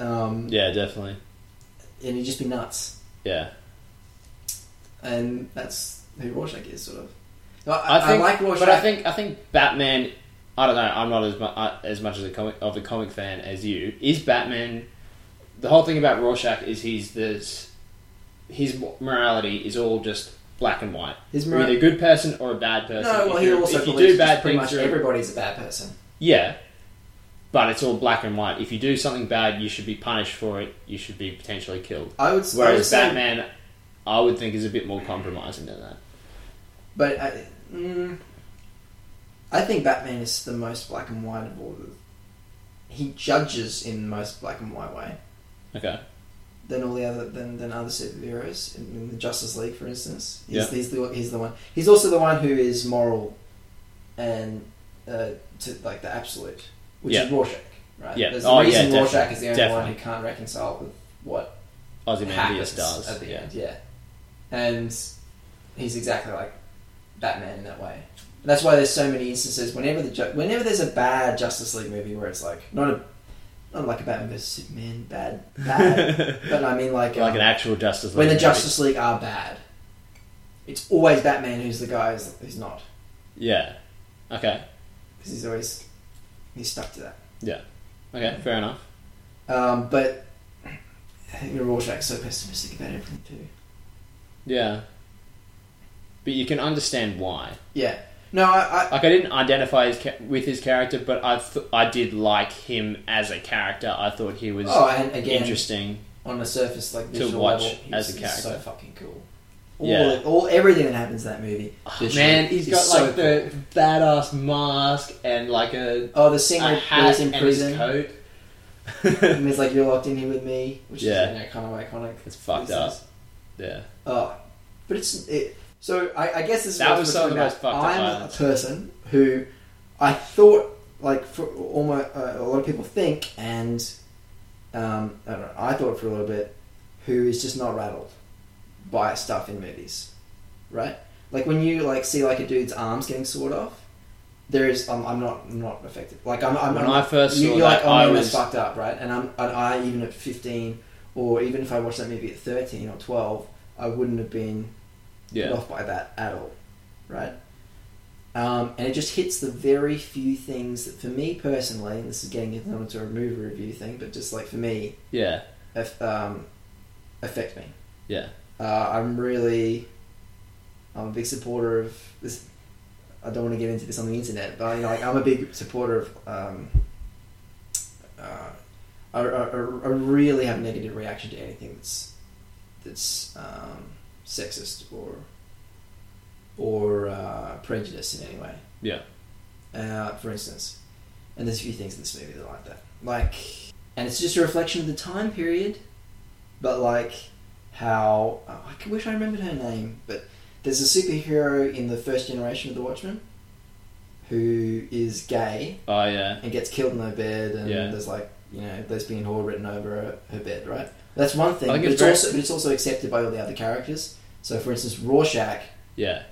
Speaker 1: Um,
Speaker 2: yeah, definitely.
Speaker 1: and he'd just be nuts,
Speaker 2: Yeah,
Speaker 1: and that's who Rorschach is, sort of. No, I,
Speaker 2: I
Speaker 1: I
Speaker 2: think,
Speaker 1: like Rorschach.
Speaker 2: but I think I think Batman. I don't know. I'm not as mu- uh, as much as a comic of a comic fan as you. Is Batman the whole thing about Rorschach? Is he's this his morality is all just black and white.
Speaker 1: his
Speaker 2: You're
Speaker 1: mor-
Speaker 2: either a good person or a bad person.
Speaker 1: no, well,
Speaker 2: if
Speaker 1: he
Speaker 2: you,
Speaker 1: also
Speaker 2: if you
Speaker 1: believes
Speaker 2: do bad
Speaker 1: just pretty
Speaker 2: things,
Speaker 1: much
Speaker 2: you're-
Speaker 1: everybody's a bad person.
Speaker 2: yeah. But it's all black and white. If you do something bad, you should be punished for it. You should be potentially killed.
Speaker 1: I would, I would
Speaker 2: Whereas
Speaker 1: say,
Speaker 2: Batman, I would think is a bit more compromising than that.
Speaker 1: but I, mm, I think Batman is the most black and white of all. The, he judges in the most black and white way.
Speaker 2: Okay.
Speaker 1: than all the other than, than other superheroes in, in the Justice League, for instance. He's,
Speaker 2: Yeah.
Speaker 1: he's the he's the one. He's also the one who is moral and uh, to like the absolute, which is Rorschach, right?
Speaker 2: Yeah.
Speaker 1: There's a
Speaker 2: Oh, yeah,
Speaker 1: reason Rorschach
Speaker 2: definitely.
Speaker 1: is the only one
Speaker 2: Definitely.
Speaker 1: who can't reconcile with what
Speaker 2: Ozymandias
Speaker 1: happens
Speaker 2: does.
Speaker 1: at the
Speaker 2: yeah.
Speaker 1: end. Yeah, and he's exactly like Batman in that way. And that's why there's so many instances whenever the ju- whenever there's a bad Justice League movie where it's like not a not like a Batman vs Superman bad bad. But I mean, like,
Speaker 2: like
Speaker 1: um,
Speaker 2: an actual Justice League.
Speaker 1: when the
Speaker 2: movie.
Speaker 1: Justice League are bad, it's always Batman who's the guy who's, who's not
Speaker 2: Yeah. Okay.
Speaker 1: because he's always he's stuck to that.
Speaker 2: Okay. Fair enough.
Speaker 1: Um, but I think Rorschach's so pessimistic about everything too.
Speaker 2: Yeah. But you can understand why.
Speaker 1: Yeah. No, I, I
Speaker 2: Like I didn't identify his ca- with his character, but I th- I did like him as a character. I thought he was
Speaker 1: oh, and again,
Speaker 2: interesting.
Speaker 1: on the surface, like
Speaker 2: to
Speaker 1: visual
Speaker 2: watch
Speaker 1: level, he's,
Speaker 2: as a
Speaker 1: he's so
Speaker 2: character.
Speaker 1: fucking cool. All,
Speaker 2: Yeah. Oh,
Speaker 1: all everything that happens in that movie.
Speaker 3: This
Speaker 2: Man,
Speaker 3: shit
Speaker 2: he's
Speaker 1: is
Speaker 2: got
Speaker 1: so
Speaker 2: like the badass mask and like a,
Speaker 1: Oh, the
Speaker 2: a
Speaker 1: scene where
Speaker 2: hat
Speaker 1: he's in
Speaker 2: and his
Speaker 1: prison
Speaker 2: coat.
Speaker 1: and it's like you're locked in here with me, which
Speaker 2: Yeah.
Speaker 1: is you know, kind of iconic.
Speaker 2: it's fucked up.
Speaker 1: business.
Speaker 2: Yeah.
Speaker 1: Oh, but it's it, so I, I guess this is
Speaker 2: That
Speaker 1: what
Speaker 2: was
Speaker 1: we're
Speaker 2: some
Speaker 1: talking
Speaker 2: of the most
Speaker 1: about.
Speaker 2: fucked up
Speaker 1: I'm
Speaker 2: violence.
Speaker 1: a person who I thought like for almost uh, a lot of people think, and um, I don't know. I thought for a little bit who is just not rattled by stuff in movies, right? Like when you like see like a dude's arms getting sawed off. There is, I'm, I'm not, I'm not affected. Like I'm, I'm
Speaker 2: When
Speaker 1: I'm-
Speaker 2: I first
Speaker 1: you,
Speaker 2: saw
Speaker 1: you're like,
Speaker 2: that,
Speaker 1: oh,
Speaker 2: I
Speaker 1: man,
Speaker 2: was-
Speaker 1: that's fucked up, right? And I'm, and I even at 15, or even if I watched that movie at 13 or 12, I wouldn't have been put
Speaker 2: Yeah.
Speaker 1: off by that at all, right? Um, and it just hits the very few things that, for me personally, and this is getting into a movie review thing, but just like for me,
Speaker 2: Yeah.
Speaker 1: aff- um, affect me.
Speaker 2: Yeah.
Speaker 1: Uh, I'm really, I'm a big supporter of this. I don't want to get into this on the internet, but you know, like I'm a big supporter of. Um, uh, I, I, I I really have a negative reaction to anything that's that's um, sexist or or uh, prejudiced in any way.
Speaker 2: Yeah.
Speaker 1: Uh, for instance, and there's a few things in this movie that are like that. Like, and it's just a reflection of the time period, but like how oh, I c- wish I remembered her name, but there's a superhero in the first generation of the Watchmen who is gay
Speaker 2: Oh yeah.
Speaker 1: and gets killed in her bed, and
Speaker 2: Yeah.
Speaker 1: there's like you know lesbian whore written over her, her bed, right? That's one thing,
Speaker 2: I think
Speaker 1: but it's
Speaker 2: it's very-
Speaker 1: also but it's also accepted by all the other characters. So, for instance, Rorschach,
Speaker 2: Yeah.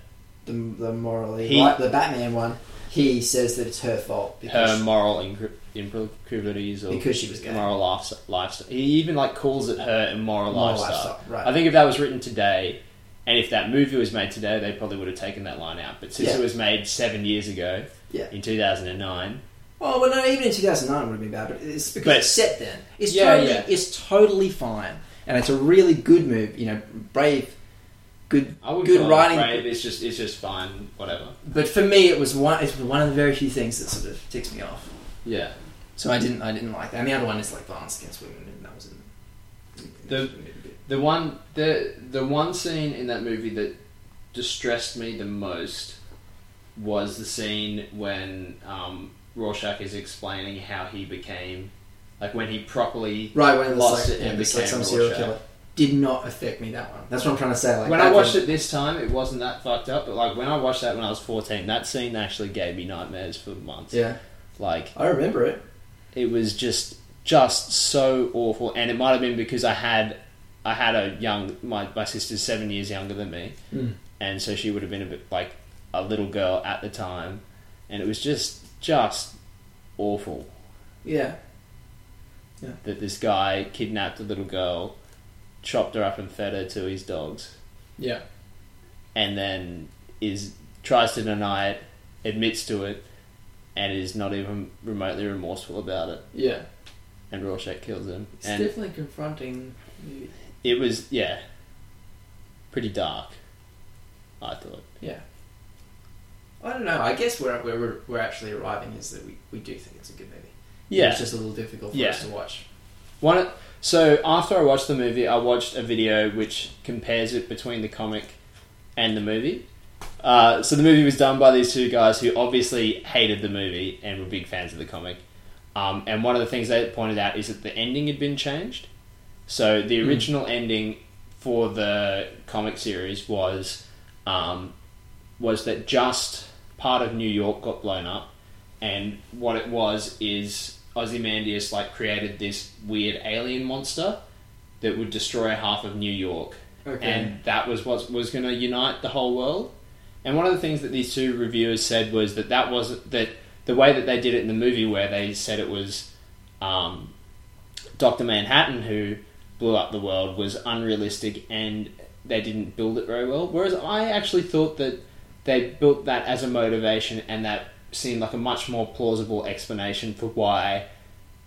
Speaker 1: the, the morally
Speaker 2: He-
Speaker 1: right, the Batman one, he says that it's her fault
Speaker 2: Her
Speaker 1: because
Speaker 2: moral incri- improprieties or
Speaker 1: because she was gay.
Speaker 2: immoral lifestyle. lifestyle. He even like calls it her immoral
Speaker 1: Moral
Speaker 2: lifestyle.
Speaker 1: lifestyle, right?
Speaker 2: I think if that was written today, and if that movie was made today, they probably would have taken that line out. But since
Speaker 1: Yeah.
Speaker 2: it was made seven years ago,
Speaker 1: Yeah.
Speaker 2: in two thousand and nine,
Speaker 1: Oh well, no, even in two thousand nine would have been bad, but it's because
Speaker 2: But-
Speaker 1: it's set then. It's
Speaker 2: Yeah,
Speaker 1: totally,
Speaker 2: yeah.
Speaker 1: it's totally fine, and it's a really good move. You know, brave, good,
Speaker 2: I would
Speaker 1: good writing.
Speaker 2: Brave. It's just it's just fine. Whatever.
Speaker 1: But for me, it was one. It's one of the very few things that sort of ticks me off.
Speaker 2: Yeah.
Speaker 1: So I didn't, I didn't like that. And the other one is like violence against women, and that was in,
Speaker 2: The- The one the the one scene in that movie that distressed me the most was the scene when um, Rorschach is explaining how he became like when he properly
Speaker 1: right when it was
Speaker 2: lost
Speaker 1: like,
Speaker 2: it and
Speaker 1: it was
Speaker 2: became
Speaker 1: like some serial
Speaker 2: Rorschach.
Speaker 1: killer. Did not affect me that one. That's what I'm trying to say. Like
Speaker 2: when
Speaker 1: that
Speaker 2: I watched
Speaker 1: didn't-
Speaker 2: it this time, it wasn't that fucked up. But like when I watched that when I was fourteen, that scene actually gave me nightmares for months.
Speaker 1: yeah,
Speaker 2: Like
Speaker 1: I remember it.
Speaker 2: it was just just so awful, and it might have been because I had I had a young my my sister's seven years younger than me,
Speaker 1: Mm.
Speaker 2: and so she would have been a bit like a little girl at the time, and it was just just awful
Speaker 1: Yeah,
Speaker 2: that this guy kidnapped a little girl, chopped her up and fed her to his dogs.
Speaker 1: yeah,
Speaker 2: and then is tries to deny it, admits to it, and is not even remotely remorseful about it.
Speaker 1: yeah.
Speaker 2: And Rorschach kills him.
Speaker 1: It's
Speaker 2: And
Speaker 1: definitely confronting. Movie.
Speaker 2: it was yeah, pretty dark. I thought.
Speaker 1: Yeah. I don't know. I guess where where we're, we're actually arriving is that we, we do think it's a good movie.
Speaker 2: Yeah.
Speaker 1: It's just a little difficult for
Speaker 2: Yeah.
Speaker 1: us to watch.
Speaker 2: One. So after I watched the movie, I watched a video which compares it between the comic and the movie. Uh, so the movie was done by these two guys who obviously hated the movie and were big fans of the comic. Um, and one of the things they pointed out is that the ending had been changed. So the
Speaker 1: Hmm.
Speaker 2: original ending for the comic series was um, was that just part of New York got blown up, and what it was is Ozymandias like created this weird alien monster that would destroy half of New York,
Speaker 1: Okay.
Speaker 2: and that was what was going to unite the whole world. And one of the things that these two reviewers said was that that was that the way that they did it in the movie, where they said it was um, Doctor Manhattan who blew up the world, was unrealistic, and they didn't build it very well. Whereas I actually thought that they built that as a motivation, and that seemed like a much more plausible explanation for why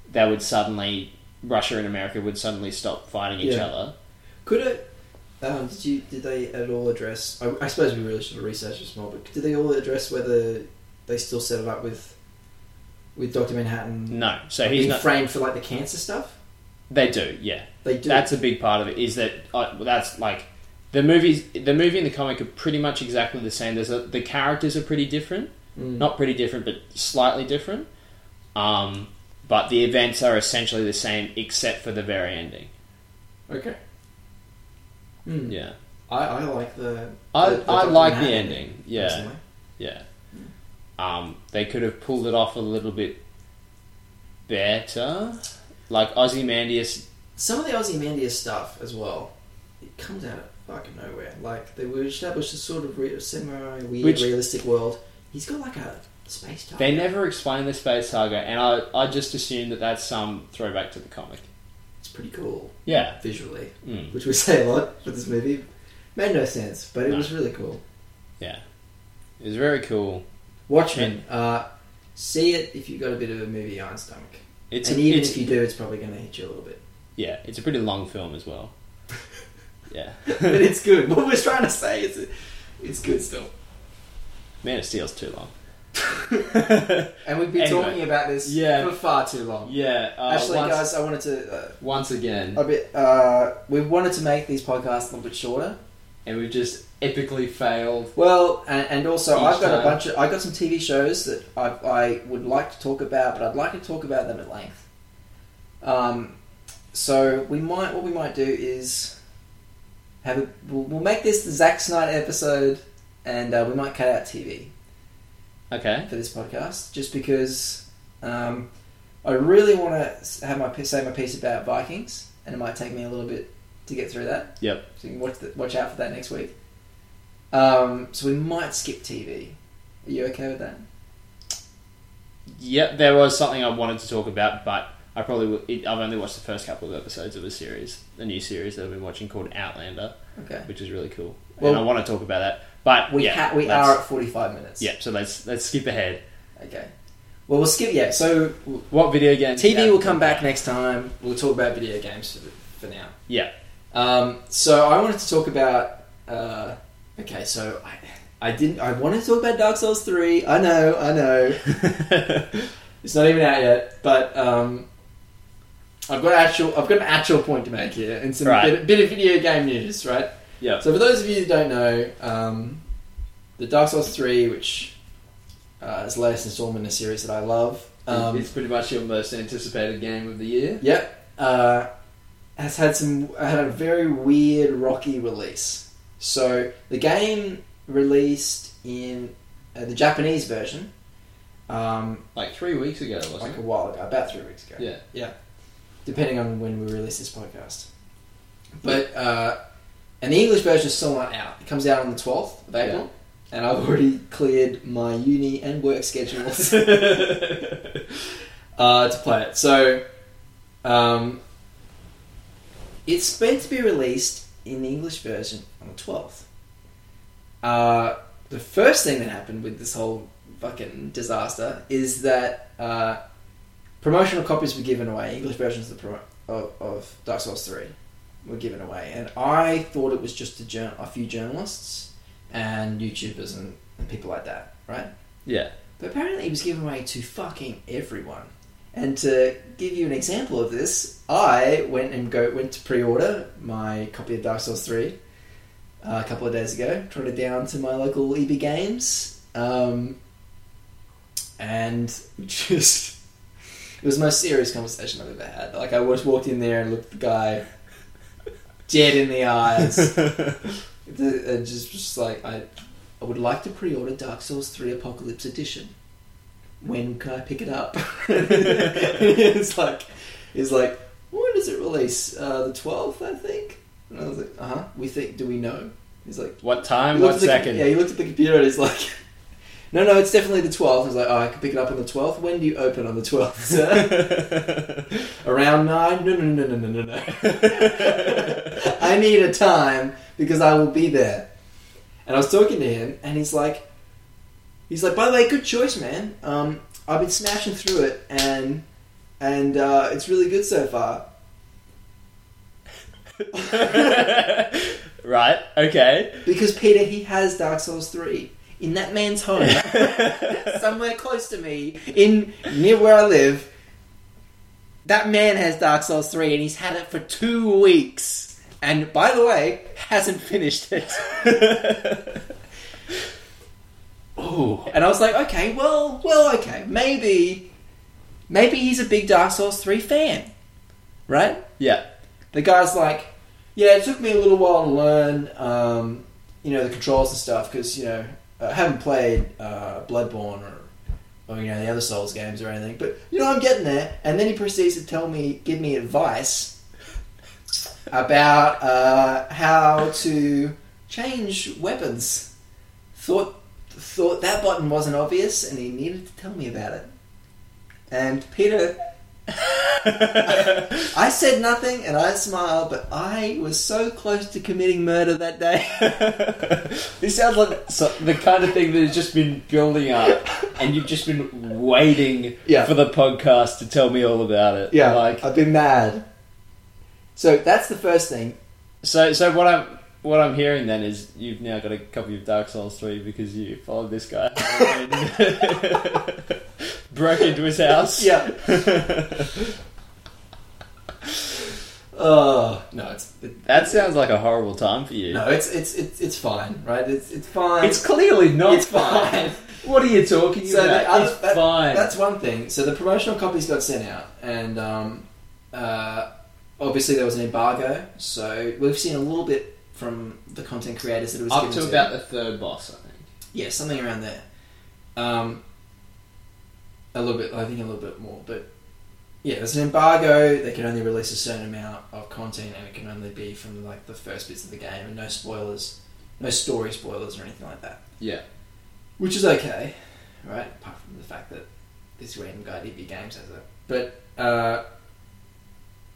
Speaker 2: they would suddenly Russia and America would suddenly stop fighting each
Speaker 1: Yeah.
Speaker 2: other.
Speaker 1: Could it? Um, did you did they at all address? I, I suppose we really should have researched this more. But did they all address whether they still set it up with with Doctor Manhattan
Speaker 2: No, so he's
Speaker 1: being
Speaker 2: not.
Speaker 1: framed for like the cancer stuff?
Speaker 2: They do, yeah.
Speaker 1: They do.
Speaker 2: That's a big part of it. Is that uh, that's like the movies, the movie and the comic are pretty much exactly the same. There's a, the characters are pretty different,
Speaker 1: Mm.
Speaker 2: not pretty different, but slightly different. Um, but the events are essentially the same, except for the very ending.
Speaker 1: Okay. Hmm.
Speaker 2: Yeah,
Speaker 1: I, I like the.
Speaker 2: I,
Speaker 1: the- the
Speaker 2: I
Speaker 1: Dr.
Speaker 2: like the
Speaker 1: Manhattan
Speaker 2: ending. Yeah,
Speaker 1: personally.
Speaker 2: yeah. Um, they could have pulled it off a little bit better. Like Ozymandias,
Speaker 1: Some of the Ozymandias stuff as well, it comes out of fucking nowhere. Like, they were established a sort of re- semi weird,
Speaker 2: Which-
Speaker 1: realistic world. He's got like a space time.
Speaker 2: they never explained the space saga, and I, I just assumed that that's some throwback to the comic.
Speaker 1: It's pretty cool
Speaker 2: Yeah.
Speaker 1: visually,
Speaker 2: Mm.
Speaker 1: which we say a lot for this movie. Made no sense, but it
Speaker 2: No.
Speaker 1: was really cool.
Speaker 2: Yeah. It was very cool.
Speaker 1: Watchmen. Uh, see it if you've got a bit of a movie iron stomach.
Speaker 2: It's
Speaker 1: and
Speaker 2: a,
Speaker 1: even
Speaker 2: it's,
Speaker 1: if you do, it's probably going to hit you a little bit.
Speaker 2: yeah, it's a pretty long film as well. yeah.
Speaker 1: but it's good. What we're trying to say is it, it's good still.
Speaker 2: Man of Steel's too long.
Speaker 1: And we've been
Speaker 2: Anyway.
Speaker 1: talking about this
Speaker 2: Yeah.
Speaker 1: for far too long.
Speaker 2: yeah. Uh,
Speaker 1: Actually,
Speaker 2: once,
Speaker 1: guys, I wanted to uh,
Speaker 2: once again,
Speaker 1: a bit. Uh, we wanted to make these podcasts a little bit shorter.
Speaker 2: and we've just epically failed.
Speaker 1: Well, and, and also
Speaker 2: Each
Speaker 1: I've got
Speaker 2: time.
Speaker 1: a bunch of I got some TV shows that I, I would like to talk about, but I'd like to talk about them at length. Um, so we might what we might do is have a, we'll, we'll make this the Zack Snyder episode, and uh, we might cut out TV.
Speaker 2: Okay.
Speaker 1: for this podcast, just because um, I really want to have my say my piece about Vikings, and it might take me a little bit to get through that.
Speaker 2: Yep.
Speaker 1: So you can watch the, watch out for that next week. Um, so we might skip TV. Are you okay with that?
Speaker 2: Yep. There was something I wanted to talk about, but I probably will, it, I've only watched the first couple of episodes of a series, a new series that I've been watching called Outlander,
Speaker 1: Okay.
Speaker 2: which is really cool, and
Speaker 1: Well-
Speaker 2: I want to talk about that. But
Speaker 1: We
Speaker 2: yeah,
Speaker 1: ha- we
Speaker 2: let's-
Speaker 1: are at forty five minutes.
Speaker 2: Yeah. So let's let's skip ahead.
Speaker 1: Okay. Well, we'll skip. Yeah. So
Speaker 2: What video game?
Speaker 1: TV
Speaker 2: yeah.
Speaker 1: will come back next time. We'll talk about video games for, the, for now.
Speaker 2: Yeah.
Speaker 1: Um, so I wanted to talk about. Uh, okay, so I, I didn't. I wanted to talk about Dark Souls three. I know, I know. It's not even out yet, but um, I've got actual. I've got an actual point to make here, and some
Speaker 2: Right.
Speaker 1: bit, bit of video game news, right?
Speaker 2: yeah.
Speaker 1: So for those of you who don't know, um, the Dark Souls three, which uh, is the latest installment in a series that I love. Um,
Speaker 2: it's pretty much your most anticipated game of the year.
Speaker 1: Yep. Uh, has had some had a very weird rocky release. So the game released in uh, the Japanese version, um,
Speaker 2: Like three weeks ago, wasn't
Speaker 1: like a while ago, about three weeks ago.
Speaker 2: it? Yeah.
Speaker 1: Depending on when we release this podcast, but uh, and the English version is still not out. It comes out on the twelfth of
Speaker 2: Yeah.
Speaker 1: April, and I've already cleared my uni and work schedules. uh, to play it. So, um, it's meant to be released in the English version on the 12th. Uh, the first thing that happened with this whole fucking disaster is that uh, promotional copies were given away. English versions of, the pro- of, of Dark Souls 3 were given away. And I thought it was just a, jour- a few journalists and YouTubers and, and people like that, right?
Speaker 2: yeah.
Speaker 1: But apparently it was given away to fucking everyone. And to give you an example of this, I went and go went to pre-order my copy of Dark Souls Three uh, a couple of days ago. Trotted down to my local EB Games, um, and just it was the most serious conversation I've ever had. Like I just walked in there and looked the guy dead in the eyes. The- uh, just, just like I, I would like to pre-order Dark Souls Three Apocalypse Edition. When can I pick it up? it's like, it's like, when does it release? Uh, the twelfth, I think. And I was like, uh huh. We think. Do we know? He's like,
Speaker 2: what
Speaker 1: he
Speaker 2: time?
Speaker 1: looked
Speaker 2: What
Speaker 1: at the-
Speaker 2: second?
Speaker 1: yeah, he looked at the computer and he's like, no, no, it's definitely the twelfth. I was like, oh, I can pick it up on the twelfth. When do you open on the twelfth, sir? Around nine? No, no, no, no, no, no, no. I need a time because I will be there. And I was talking to him, and he's like, he's like, by the way, good choice, man. Um, I've been smashing through it, and and uh, it's really good so far.
Speaker 2: right. Okay.
Speaker 1: Because Peter, he has Dark Souls three in that man's home, somewhere close to me, in near where I live. That man has Dark Souls three, and he's had it for two weeks. And by the way, hasn't finished it.
Speaker 2: Ooh.
Speaker 1: And I was like, okay, well, well, okay, maybe, maybe he's a big Dark Souls three fan, right?
Speaker 2: Yeah.
Speaker 1: The guy's like, yeah, it took me a little while to learn, um, you know, the controls and stuff because you know I haven't played uh, Bloodborne or, or you know the other Souls games or anything, but you know I'm getting there. And then he proceeds to tell me, give me advice about uh, how to change weapons. Thought thought that button wasn't obvious, and he needed to tell me about it. And Peter I said nothing and I smiled, but I was so close to committing murder that day.
Speaker 2: this sounds like so, the kind of thing that has just been building up, and you've just been waiting
Speaker 1: Yeah.
Speaker 2: for the podcast to tell me all about it. like
Speaker 1: I've been mad. So that's the first thing.
Speaker 2: so. So what I'm what I'm hearing then is you've now got a copy of Dark Souls three because you followed this guy, and broke into his house.
Speaker 1: Yeah. Oh no, it's it,
Speaker 2: that sounds like a horrible time for you.
Speaker 1: no, it's it's it's it's fine, right? It's it's fine.
Speaker 2: It's clearly not
Speaker 1: It's fine.
Speaker 2: What are you talking
Speaker 1: So
Speaker 2: about?
Speaker 1: the other-
Speaker 2: it's
Speaker 1: that-
Speaker 2: fine.
Speaker 1: That's one thing. So the promotional copies got sent out, and um, uh, obviously there was an embargo. So we've seen a little bit from the content creators that it was
Speaker 2: Up
Speaker 1: given
Speaker 2: to about the third boss, I think.
Speaker 1: yeah, something around there. Um, a little bit, I think a little bit more, but yeah, there's an embargo. They can only release a certain amount of content, and it can only be from like the first bits of the game, and no spoilers, no story spoilers or anything like that.
Speaker 2: Yeah.
Speaker 1: Which is okay, right? Apart from the fact that this random guy at EB Games has it. But uh,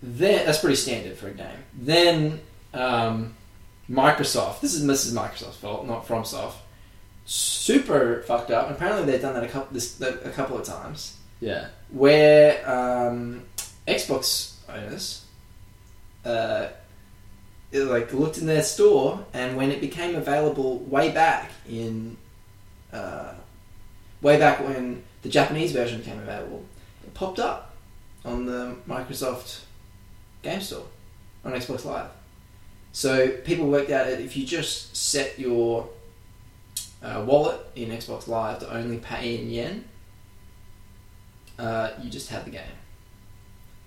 Speaker 1: then that's pretty standard for a game. Then um, Microsoft, this is this is Microsoft's fault, not FromSoft. Super fucked up. Apparently they've done that a couple this a couple of times
Speaker 2: Yeah.
Speaker 1: where um, Xbox owners uh, it, like looked in their store, and when it became available way back in uh, way back when the Japanese version became available, it popped up on the Microsoft Game Store on Xbox Live. So people worked out that if you just set your uh, wallet in Xbox Live to only pay in yen, uh, you just have the game.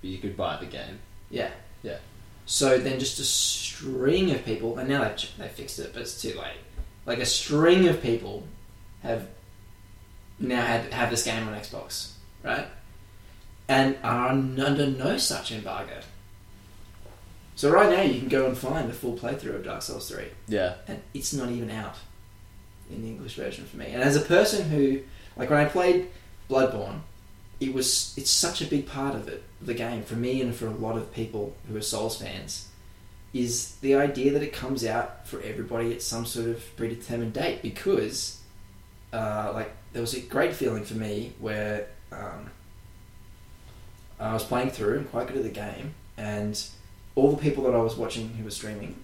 Speaker 2: But you could buy the game.
Speaker 1: Yeah.
Speaker 2: Yeah.
Speaker 1: So then just a string of people, and now they've, ch- they fixed it, but it's too late. Like a string of people have now had have this game on Xbox, right? And are un- under no such embargo. So right now you can go and find the full playthrough of Dark Souls 3
Speaker 2: Yeah.
Speaker 1: and it's not even out in the English version for me. And as a person who, like when I played Bloodborne, it was it's such a big part of it, the game for me and for a lot of people who are Souls fans, is the idea that it comes out for everybody at some sort of predetermined date because, uh, like there was a great feeling for me where um, I was playing through and quite good at the game and all the people that I was watching who were streaming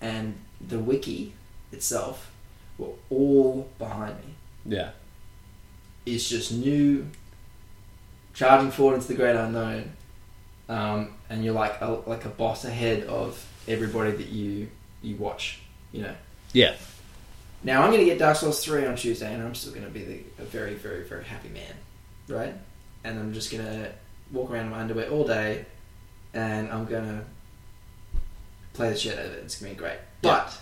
Speaker 1: and the wiki itself were all behind me.
Speaker 2: Yeah.
Speaker 1: It's just new, charging forward into the great unknown, um, and you're like a, like a boss ahead of everybody that you you watch. You know.
Speaker 2: Yeah.
Speaker 1: Now I'm going to get Dark Souls three on Tuesday, and I'm still going to be the, a very very very happy man, right? And I'm just going to walk around in my underwear all day, and I'm going to play the shit out of it. It's going to be great,
Speaker 2: Yeah.
Speaker 1: but.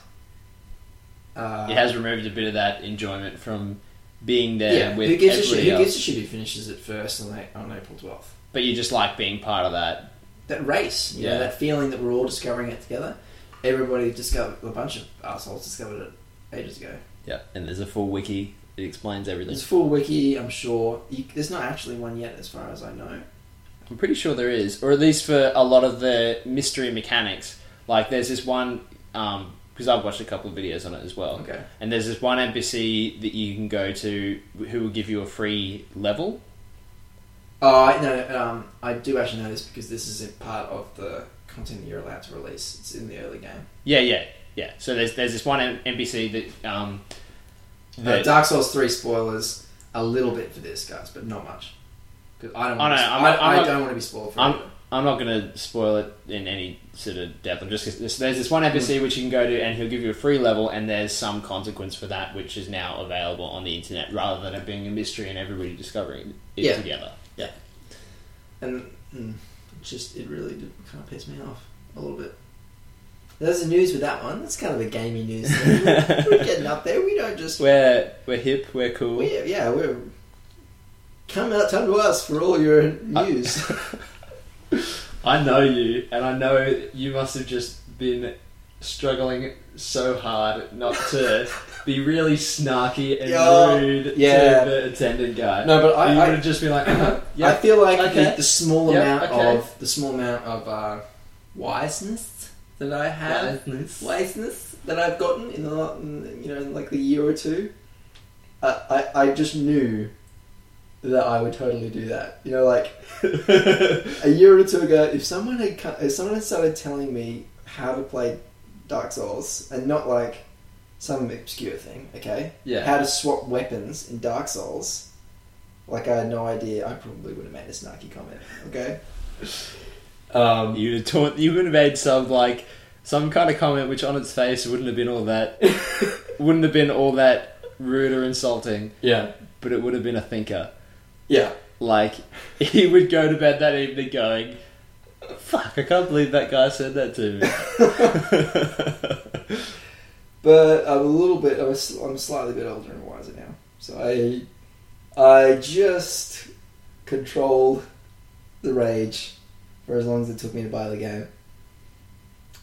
Speaker 1: Uh,
Speaker 2: It has removed a bit of that enjoyment from being there
Speaker 1: yeah,
Speaker 2: with
Speaker 1: who gives a
Speaker 2: everybody
Speaker 1: shit? Who
Speaker 2: else.
Speaker 1: gives a shit who finishes it first on, like, on April twelfth?
Speaker 2: But you just like being part of that.
Speaker 1: That race, you know,
Speaker 2: Yeah.
Speaker 1: that feeling that we're all discovering it together. Everybody discovered a bunch of assholes discovered it ages ago.
Speaker 2: Yeah. And there's a full wiki. It explains everything.
Speaker 1: There's full wiki, I'm sure. You, there's not actually one yet, as far as I know.
Speaker 2: I'm pretty sure there is, or at least for a lot of the mystery mechanics. Like there's this one because I've watched a couple of videos on it as well.
Speaker 1: Okay.
Speaker 2: And there's this one embassy that you can go to who will give you a free level.
Speaker 1: Oh I no, um, I do actually know this because this is a part of the content that you're allowed to release. It's in the early game.
Speaker 2: Yeah, yeah, yeah. So there's there's this one M- NPC that um
Speaker 1: Uh,
Speaker 2: that
Speaker 1: Dark Souls three spoilers a little bit for this, guys, but not much. 'Cause I don't.
Speaker 2: Oh,
Speaker 1: want
Speaker 2: no,
Speaker 1: to,
Speaker 2: I'm-
Speaker 1: I, I
Speaker 2: I'm-
Speaker 1: don't want to be spoiled for
Speaker 2: I'm-
Speaker 1: it.
Speaker 2: I'm not going to spoil it in any sort of depth. I'm just there's, there's this one NPC which you can go to and he'll give you a free level, and there's some consequence for that which is now available on the internet rather than it being a mystery and everybody discovering it
Speaker 1: Yeah.
Speaker 2: together. Yeah,
Speaker 1: and mm, it just it really did kind of piss me off a little bit. There's the news with that one. That's kind of a gamey news. Thing. We're, we're getting up there. We don't just
Speaker 2: we're we're hip, we're cool.
Speaker 1: we yeah we're come out come to us for all your news.
Speaker 2: I know you, and I know you must have just been struggling so hard not to be really snarky and
Speaker 1: Yeah.
Speaker 2: rude
Speaker 1: Yeah.
Speaker 2: to the attendant guy.
Speaker 1: No, but I-
Speaker 2: you
Speaker 1: I-
Speaker 2: would have just been like, uh
Speaker 1: I
Speaker 2: yeah,
Speaker 1: feel like
Speaker 2: okay.
Speaker 1: the, the small
Speaker 2: Yeah,
Speaker 1: amount
Speaker 2: okay.
Speaker 1: of the small amount of uh, wiseness that I have
Speaker 2: Wiseness.
Speaker 1: wiseness that I've gotten in the la- in, you know in like the year or two. I, I I just knew that I would totally do that. You know, like a year or two ago, if someone had co- if someone had started telling me how to play Dark Souls and not like some obscure thing, okay,
Speaker 2: yeah.
Speaker 1: how to swap weapons in Dark Souls, like I had no idea, I probably would have made a snarky comment, okay. Um,
Speaker 2: You'd have taught, you would have made some like some kind of comment which on its face wouldn't have been all that wouldn't have been all that rude or insulting,
Speaker 1: yeah,
Speaker 2: but it would have been a thinker.
Speaker 1: yeah,
Speaker 2: Like he would go to bed that evening going, "Fuck, I can't believe that guy said that to me."
Speaker 1: but I'm a little bit, I'm, a sl- I'm slightly bit older and wiser now, so I, I just controlled the rage for as long as it took me to buy the game,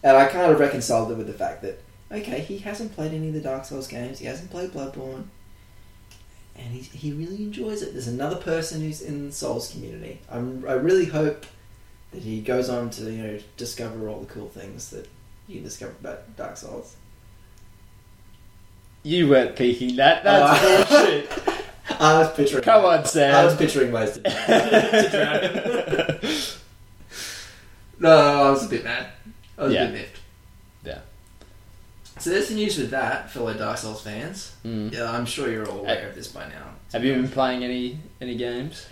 Speaker 1: and I kind of reconciled it with the fact that okay, he hasn't played any of the Dark Souls games, he hasn't played Bloodborne. And he, he really enjoys it. There's another person who's in the Souls community. I'm, I really hope that he goes on to you know discover all the cool things that you can discover about Dark Souls.
Speaker 2: you weren't peeking that. That's
Speaker 1: Oh, I-
Speaker 2: bullshit.
Speaker 1: I was picturing.
Speaker 2: Come on,
Speaker 1: I was
Speaker 2: Sam.
Speaker 1: picturing ways to, to drown him. no, I was a bit mad. I was
Speaker 2: Yeah.
Speaker 1: a bit miffed.
Speaker 2: Yeah.
Speaker 1: So there's the news with that, fellow Dark Souls fans.
Speaker 2: Mm.
Speaker 1: Yeah, I'm sure you're all aware of this by now.
Speaker 2: Have you been playing any any games?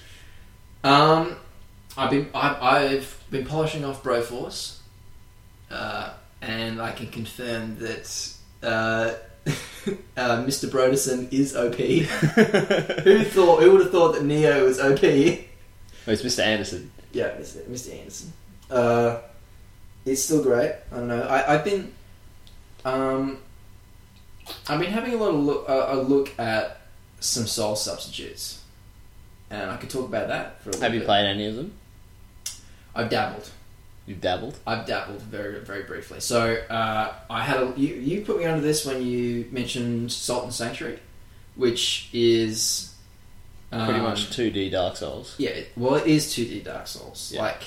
Speaker 1: Um, I've been I've, I've been polishing off Broforce, uh, and I can confirm that uh, uh, Mr. Broderson is OP. who thought? Who would have thought that Neo was OP?
Speaker 2: Oh, it's Mr. Anderson.
Speaker 1: Yeah, Mr. Mr. Anderson. Uh, it's still great. I don't know. I, I've been, um, I've been having a lot of look, uh, a look at some soul substitutes, and I could talk about that for a little
Speaker 2: Have you
Speaker 1: bit.
Speaker 2: played any of them?
Speaker 1: I've dabbled.
Speaker 2: You've dabbled.
Speaker 1: I've dabbled very very briefly. So uh, I had a, you you put me onto this when you mentioned Salt and Sanctuary, which is um,
Speaker 2: Pretty much 2D Dark Souls.
Speaker 1: Yeah, it- well, it is 2D Dark Souls.
Speaker 2: Yeah.
Speaker 1: Like,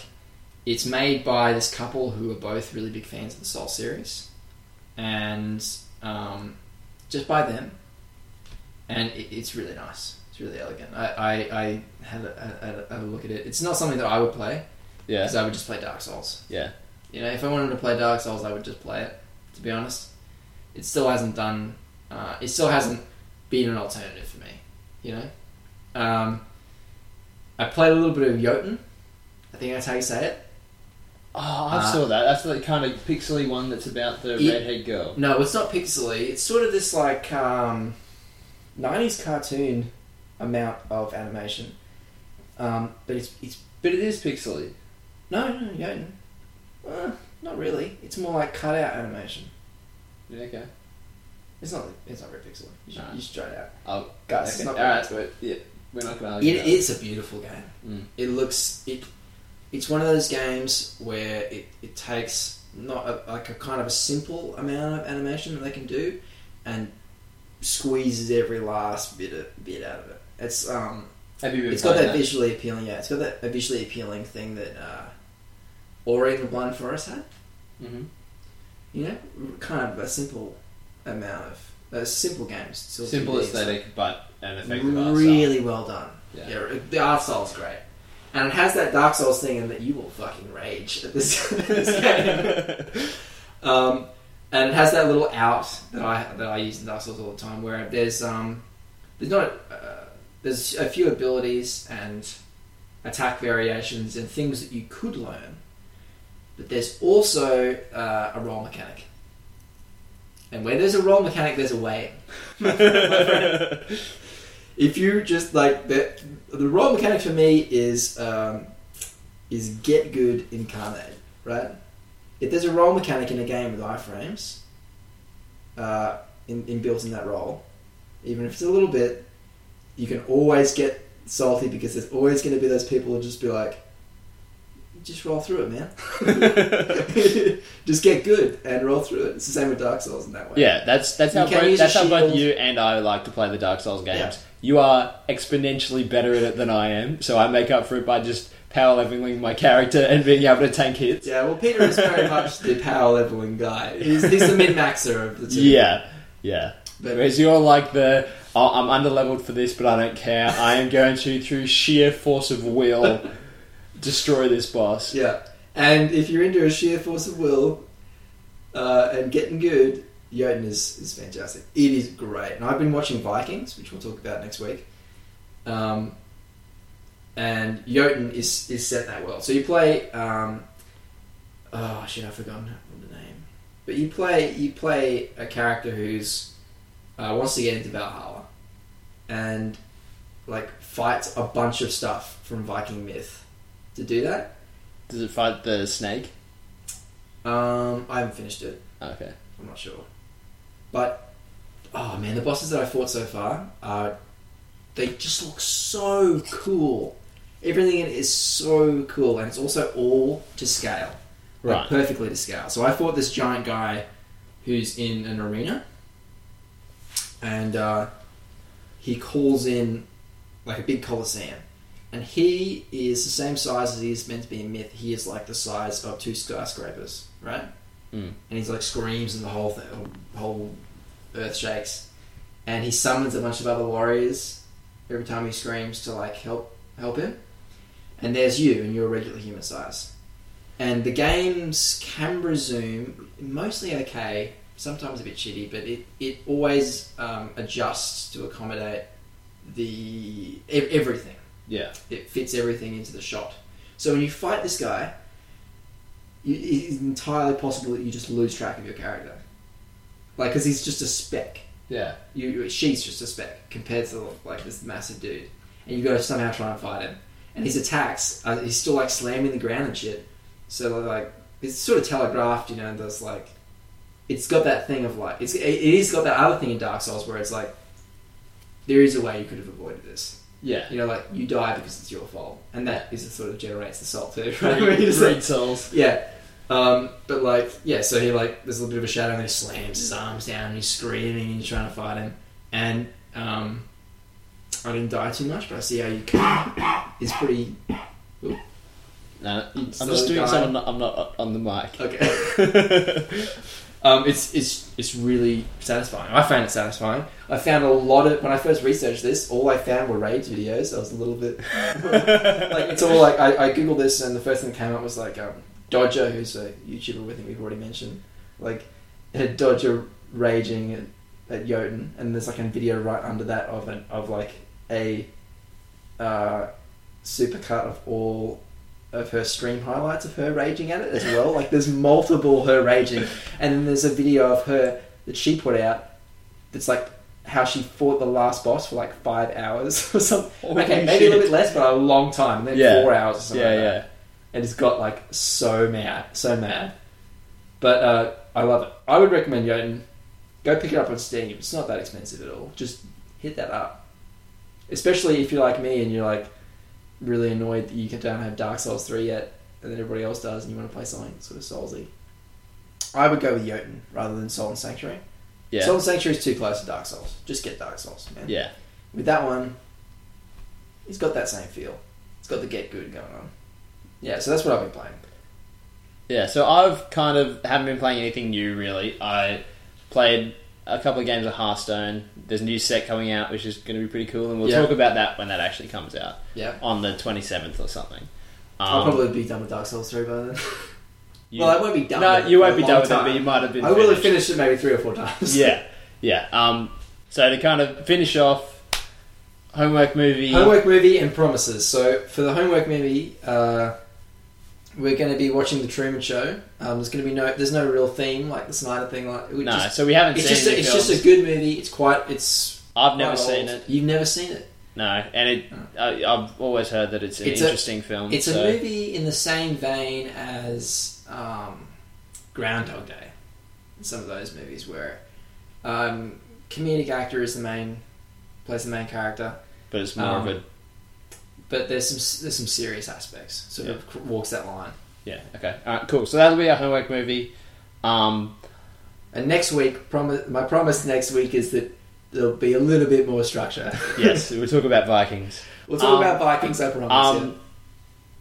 Speaker 1: it's made by this couple who are both really big fans of the Soul series, and um, just by them, and it, it's really nice. It's really elegant. I, I, I had a, a, a- a look at it. It's not something that I would play
Speaker 2: Yeah.
Speaker 1: because I would just play Dark Souls.
Speaker 2: Yeah.
Speaker 1: You know, if I wanted to play Dark Souls, I would just play it. To be honest, it still hasn't done. Uh, it still hasn't been an alternative for me. You know, um, I played a little bit of Jotun. I think that's how you say it.
Speaker 2: Oh, I
Speaker 1: Uh,
Speaker 2: saw that. That's the kind of pixely one that's about the
Speaker 1: Yeah.
Speaker 2: redhead girl.
Speaker 1: No, it's not pixely. It's sort of this like um, '90s cartoon amount of animation, um, but it's it's
Speaker 2: But it is pixely.
Speaker 1: no no Jotun. Uh, not really. It's more like cutout animation.
Speaker 2: Yeah, okay.
Speaker 1: It's not. It's not very pixely. You should,
Speaker 2: Nah.
Speaker 1: you should try it out.
Speaker 2: Oh,
Speaker 1: Guys, it's not
Speaker 2: okay. All right.
Speaker 1: to it.
Speaker 2: Yeah, we're not going to argue.
Speaker 1: It is a beautiful game.
Speaker 2: Mm.
Speaker 1: It looks it. It's one of those games where it, it takes not a, like a kind of a simple amount of animation that they can do, and squeezes every last bit of, bit out of it. It's um,
Speaker 2: Have you been
Speaker 1: it's got that,
Speaker 2: playing
Speaker 1: visually appealing. Yeah, it's got that a visually appealing thing that uh, Ori and the Blind Forest had.
Speaker 2: Mhm.
Speaker 1: You know, kind of a simple amount of uh, simple games. Still
Speaker 2: Simple
Speaker 1: 2D,
Speaker 2: aesthetic, but an effective art
Speaker 1: really well done.
Speaker 2: Yeah.
Speaker 1: Yeah. the art style's great. And it has that Dark Souls thing in that you will fucking rage at this, this game.
Speaker 2: style.
Speaker 1: Um, and it has that little out that I that I use in Dark Souls all the time, where there's um, there's not uh, there's a few abilities and attack variations and things that you could learn. But there's also uh, a roll mechanic. And where there's a roll mechanic, there's a way. My friend. if you just like the the roll mechanic for me is um, is get good incarnate, right? If there's a roll mechanic in a game with iframes, uh, in, in built in that role, even if it's a little bit, you can always get salty because there's always going to be those people who just be like, just roll through it, man. just get good and roll through it. It's the same with Dark Souls in that way.
Speaker 2: Yeah, that's that's how
Speaker 1: You can
Speaker 2: both,
Speaker 1: use
Speaker 2: that's
Speaker 1: a
Speaker 2: how both
Speaker 1: shield.
Speaker 2: you and I like to play the Dark Souls games.
Speaker 1: Yeah.
Speaker 2: You are exponentially better at it than I am, so I make up for it by just power leveling my character and being able to tank hits.
Speaker 1: Yeah, well, Peter is very much the power leveling guy. He's, he's the mid maxer of the two.
Speaker 2: Yeah, yeah.
Speaker 1: But-
Speaker 2: Whereas you're like the oh, I'm underleveled for this, but I don't care. I am going to, through sheer force of will, destroy this boss.
Speaker 1: Yeah. And if you're into a sheer force of will uh, and getting good, Jotun is, is fantastic. It is great. And I've been watching Vikings, which we'll talk about next week. Um, and Jotun is, is set in that world. So you play. Um, oh, shit, I've forgotten the name. But you play, you play a character who's uh, wants to get into Valhalla and like fights a bunch of stuff from Viking myth to do that.
Speaker 2: Does it fight the snake?
Speaker 1: Um, I haven't finished it.
Speaker 2: Okay.
Speaker 1: I'm not sure. But oh man, the bosses that I fought so far are they just look so cool. Everything in it is so cool, and it's also all to scale, like,
Speaker 2: Right.
Speaker 1: Perfectly to scale. So I fought this giant guy who's in an arena, and uh, he calls in like a big coliseum, and he is the same size as he is meant to be in myth. He is like the size of two skyscrapers, right?
Speaker 2: Mm.
Speaker 1: and he's like screams and the whole th- whole earth shakes and he summons a bunch of other warriors every time he screams to like help help him and there's you and you're regular human size and the game's camera zoom mostly okay sometimes a bit shitty but it, it always um, adjusts to accommodate the ev- everything
Speaker 2: Yeah.
Speaker 1: it fits everything into the shot. So when you fight this guy, you, it is entirely possible that you just lose track of your character, like because he's just a speck.
Speaker 2: Yeah.
Speaker 1: You, you- she's just a speck compared to like this massive dude, and you got to somehow try and fight him. And his attacks, uh, he's still like slamming the ground and shit. So like it's sort of telegraphed, you know. There's like, it's got that thing of like, it's it, it is got that other thing in Dark Souls where it's like, there is a way you could have avoided this.
Speaker 2: Yeah.
Speaker 1: You know, like you die because it's your fault, and that is the sort of generates the salt too. Right? Where
Speaker 2: Read,
Speaker 1: you're just like-
Speaker 2: read souls.
Speaker 1: yeah, um, but like yeah, so he like there's a little bit of a shadow, and he slams his arms down, and he's screaming, and you're trying to fight him, and um, I didn't die too much, but I see how you is pretty
Speaker 2: No, I'm
Speaker 1: It's
Speaker 2: just
Speaker 1: the
Speaker 2: doing
Speaker 1: guy-
Speaker 2: something. I'm not on the mic.
Speaker 1: okay. Um, it's it's it's really satisfying. I found it satisfying. I found a lot of when I first researched this, all I found were rage videos. I was a little bit like it's all like I, I googled this and the first thing that came up was like um, Dodger, who's a YouTuber I think we've already mentioned, like had Dodger raging at, at Jotun, and there's like a video right under that of an of like a uh, supercut of all of her stream highlights of her raging at it as well. Like there's multiple her raging, and then there's a video of her that she put out that's like how she fought the last boss for like five hours or something.
Speaker 2: Holy
Speaker 1: okay, maybe a little bit
Speaker 2: shit.
Speaker 1: less, but a long time. And then
Speaker 2: Yeah.
Speaker 1: four hours or something.
Speaker 2: yeah,
Speaker 1: like that.
Speaker 2: yeah.
Speaker 1: And it's got like so mad, so mad. But uh, I love it. I would recommend Jotun. Go pick it up on Steam. It's not that expensive at all. Just hit that up. Especially if you're like me and you're like really annoyed that you don't have Dark Souls 3 yet, and then everybody else does, and you want to play something sort of Soulsy. I would go with Jotun rather than Soul and Sanctuary.
Speaker 2: Yeah.
Speaker 1: Soul and Sanctuary is too close to Dark Souls. Just get Dark Souls, man.
Speaker 2: yeah.
Speaker 1: With that one, it's got that same feel. It's got the get good going on. Yeah, so that's what I've been playing.
Speaker 2: Yeah, so I've kind of haven't been playing anything new really. I played a couple of games of Hearthstone. There's a new set coming out, which is going to be pretty cool, and we'll
Speaker 1: Yeah.
Speaker 2: talk about that when that actually comes out
Speaker 1: Yeah.
Speaker 2: on the 27th or something.
Speaker 1: I'll
Speaker 2: Um,
Speaker 1: probably be done with Dark Souls 3 by then.
Speaker 2: you-
Speaker 1: well, I won't be done
Speaker 2: no,
Speaker 1: with it
Speaker 2: you
Speaker 1: for
Speaker 2: won't
Speaker 1: a
Speaker 2: be
Speaker 1: long
Speaker 2: done with it,
Speaker 1: time.
Speaker 2: but you might have been.
Speaker 1: I will have
Speaker 2: finished.
Speaker 1: finished it maybe three or four times.
Speaker 2: yeah, yeah. Um, so to kind of finish off Homework movie.
Speaker 1: Homework movie and promises. So for the homework movie, uh, we're going to be watching the Truman Show. Um, there's going to be no, there's no real theme like the Snyder thing. Like we
Speaker 2: No,
Speaker 1: just,
Speaker 2: so we haven't
Speaker 1: it's
Speaker 2: seen
Speaker 1: just, a,
Speaker 2: the
Speaker 1: it's just a
Speaker 2: films.
Speaker 1: good movie. It's quite, it's.
Speaker 2: I've never
Speaker 1: quite
Speaker 2: seen
Speaker 1: old.
Speaker 2: it.
Speaker 1: You've never seen it.
Speaker 2: No, and it. I, I've always heard that it's an
Speaker 1: It's a-
Speaker 2: interesting film.
Speaker 1: It's
Speaker 2: so-
Speaker 1: a movie in the same vein as um, Groundhog Day. Some of those movies where um, comedic actor is the main plays the main character,
Speaker 2: but it's more
Speaker 1: um,
Speaker 2: of a
Speaker 1: but there's some there's some serious aspects. Sort
Speaker 2: Yeah.
Speaker 1: of walks that line.
Speaker 2: yeah. Okay, all right, cool. So that'll be our homework movie. Um,
Speaker 1: And next week, promise my promise next week is that there'll be a little bit more structure.
Speaker 2: yes, we'll talk about Vikings.
Speaker 1: we'll talk
Speaker 2: Um,
Speaker 1: about Vikings. I promise. yeah.
Speaker 2: Um,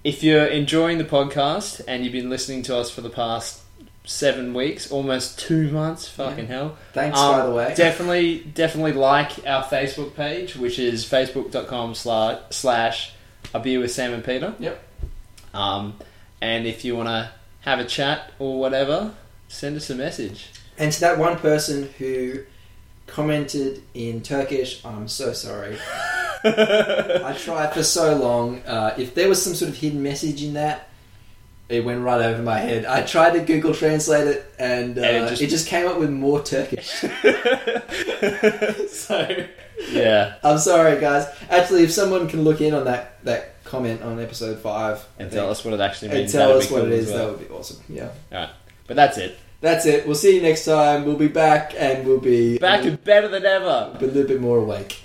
Speaker 2: if you're enjoying the podcast and you've been listening to us for the past seven weeks, almost two months, fucking hell.
Speaker 1: Thanks,
Speaker 2: Um,
Speaker 1: by the way.
Speaker 2: Definitely, definitely like our Facebook page, which is facebook.com slash, slash a beer with Sam and Peter.
Speaker 1: Yep.
Speaker 2: Um, and if you want to have a chat or whatever, send us a message.
Speaker 1: And to that one person who commented in Turkish, I'm so sorry. I tried for so long. Uh, if there was some sort of hidden message in that, it went right over my head. I tried to Google Translate it, and, uh,
Speaker 2: And it
Speaker 1: it,
Speaker 2: just-
Speaker 1: just... came up with more Turkish. so
Speaker 2: yeah.
Speaker 1: I'm sorry, guys. Actually, if someone can look in on that that comment on episode five I think,
Speaker 2: And tell us what it actually
Speaker 1: and
Speaker 2: means.
Speaker 1: tell
Speaker 2: that'd
Speaker 1: us
Speaker 2: be
Speaker 1: what
Speaker 2: cool
Speaker 1: it
Speaker 2: as
Speaker 1: is,
Speaker 2: well.
Speaker 1: that would be awesome. Yeah,
Speaker 2: But that's it.
Speaker 1: that's it. We'll see you next time. We'll be back, and we'll be
Speaker 2: Back and better than ever.
Speaker 1: a little bit more awake.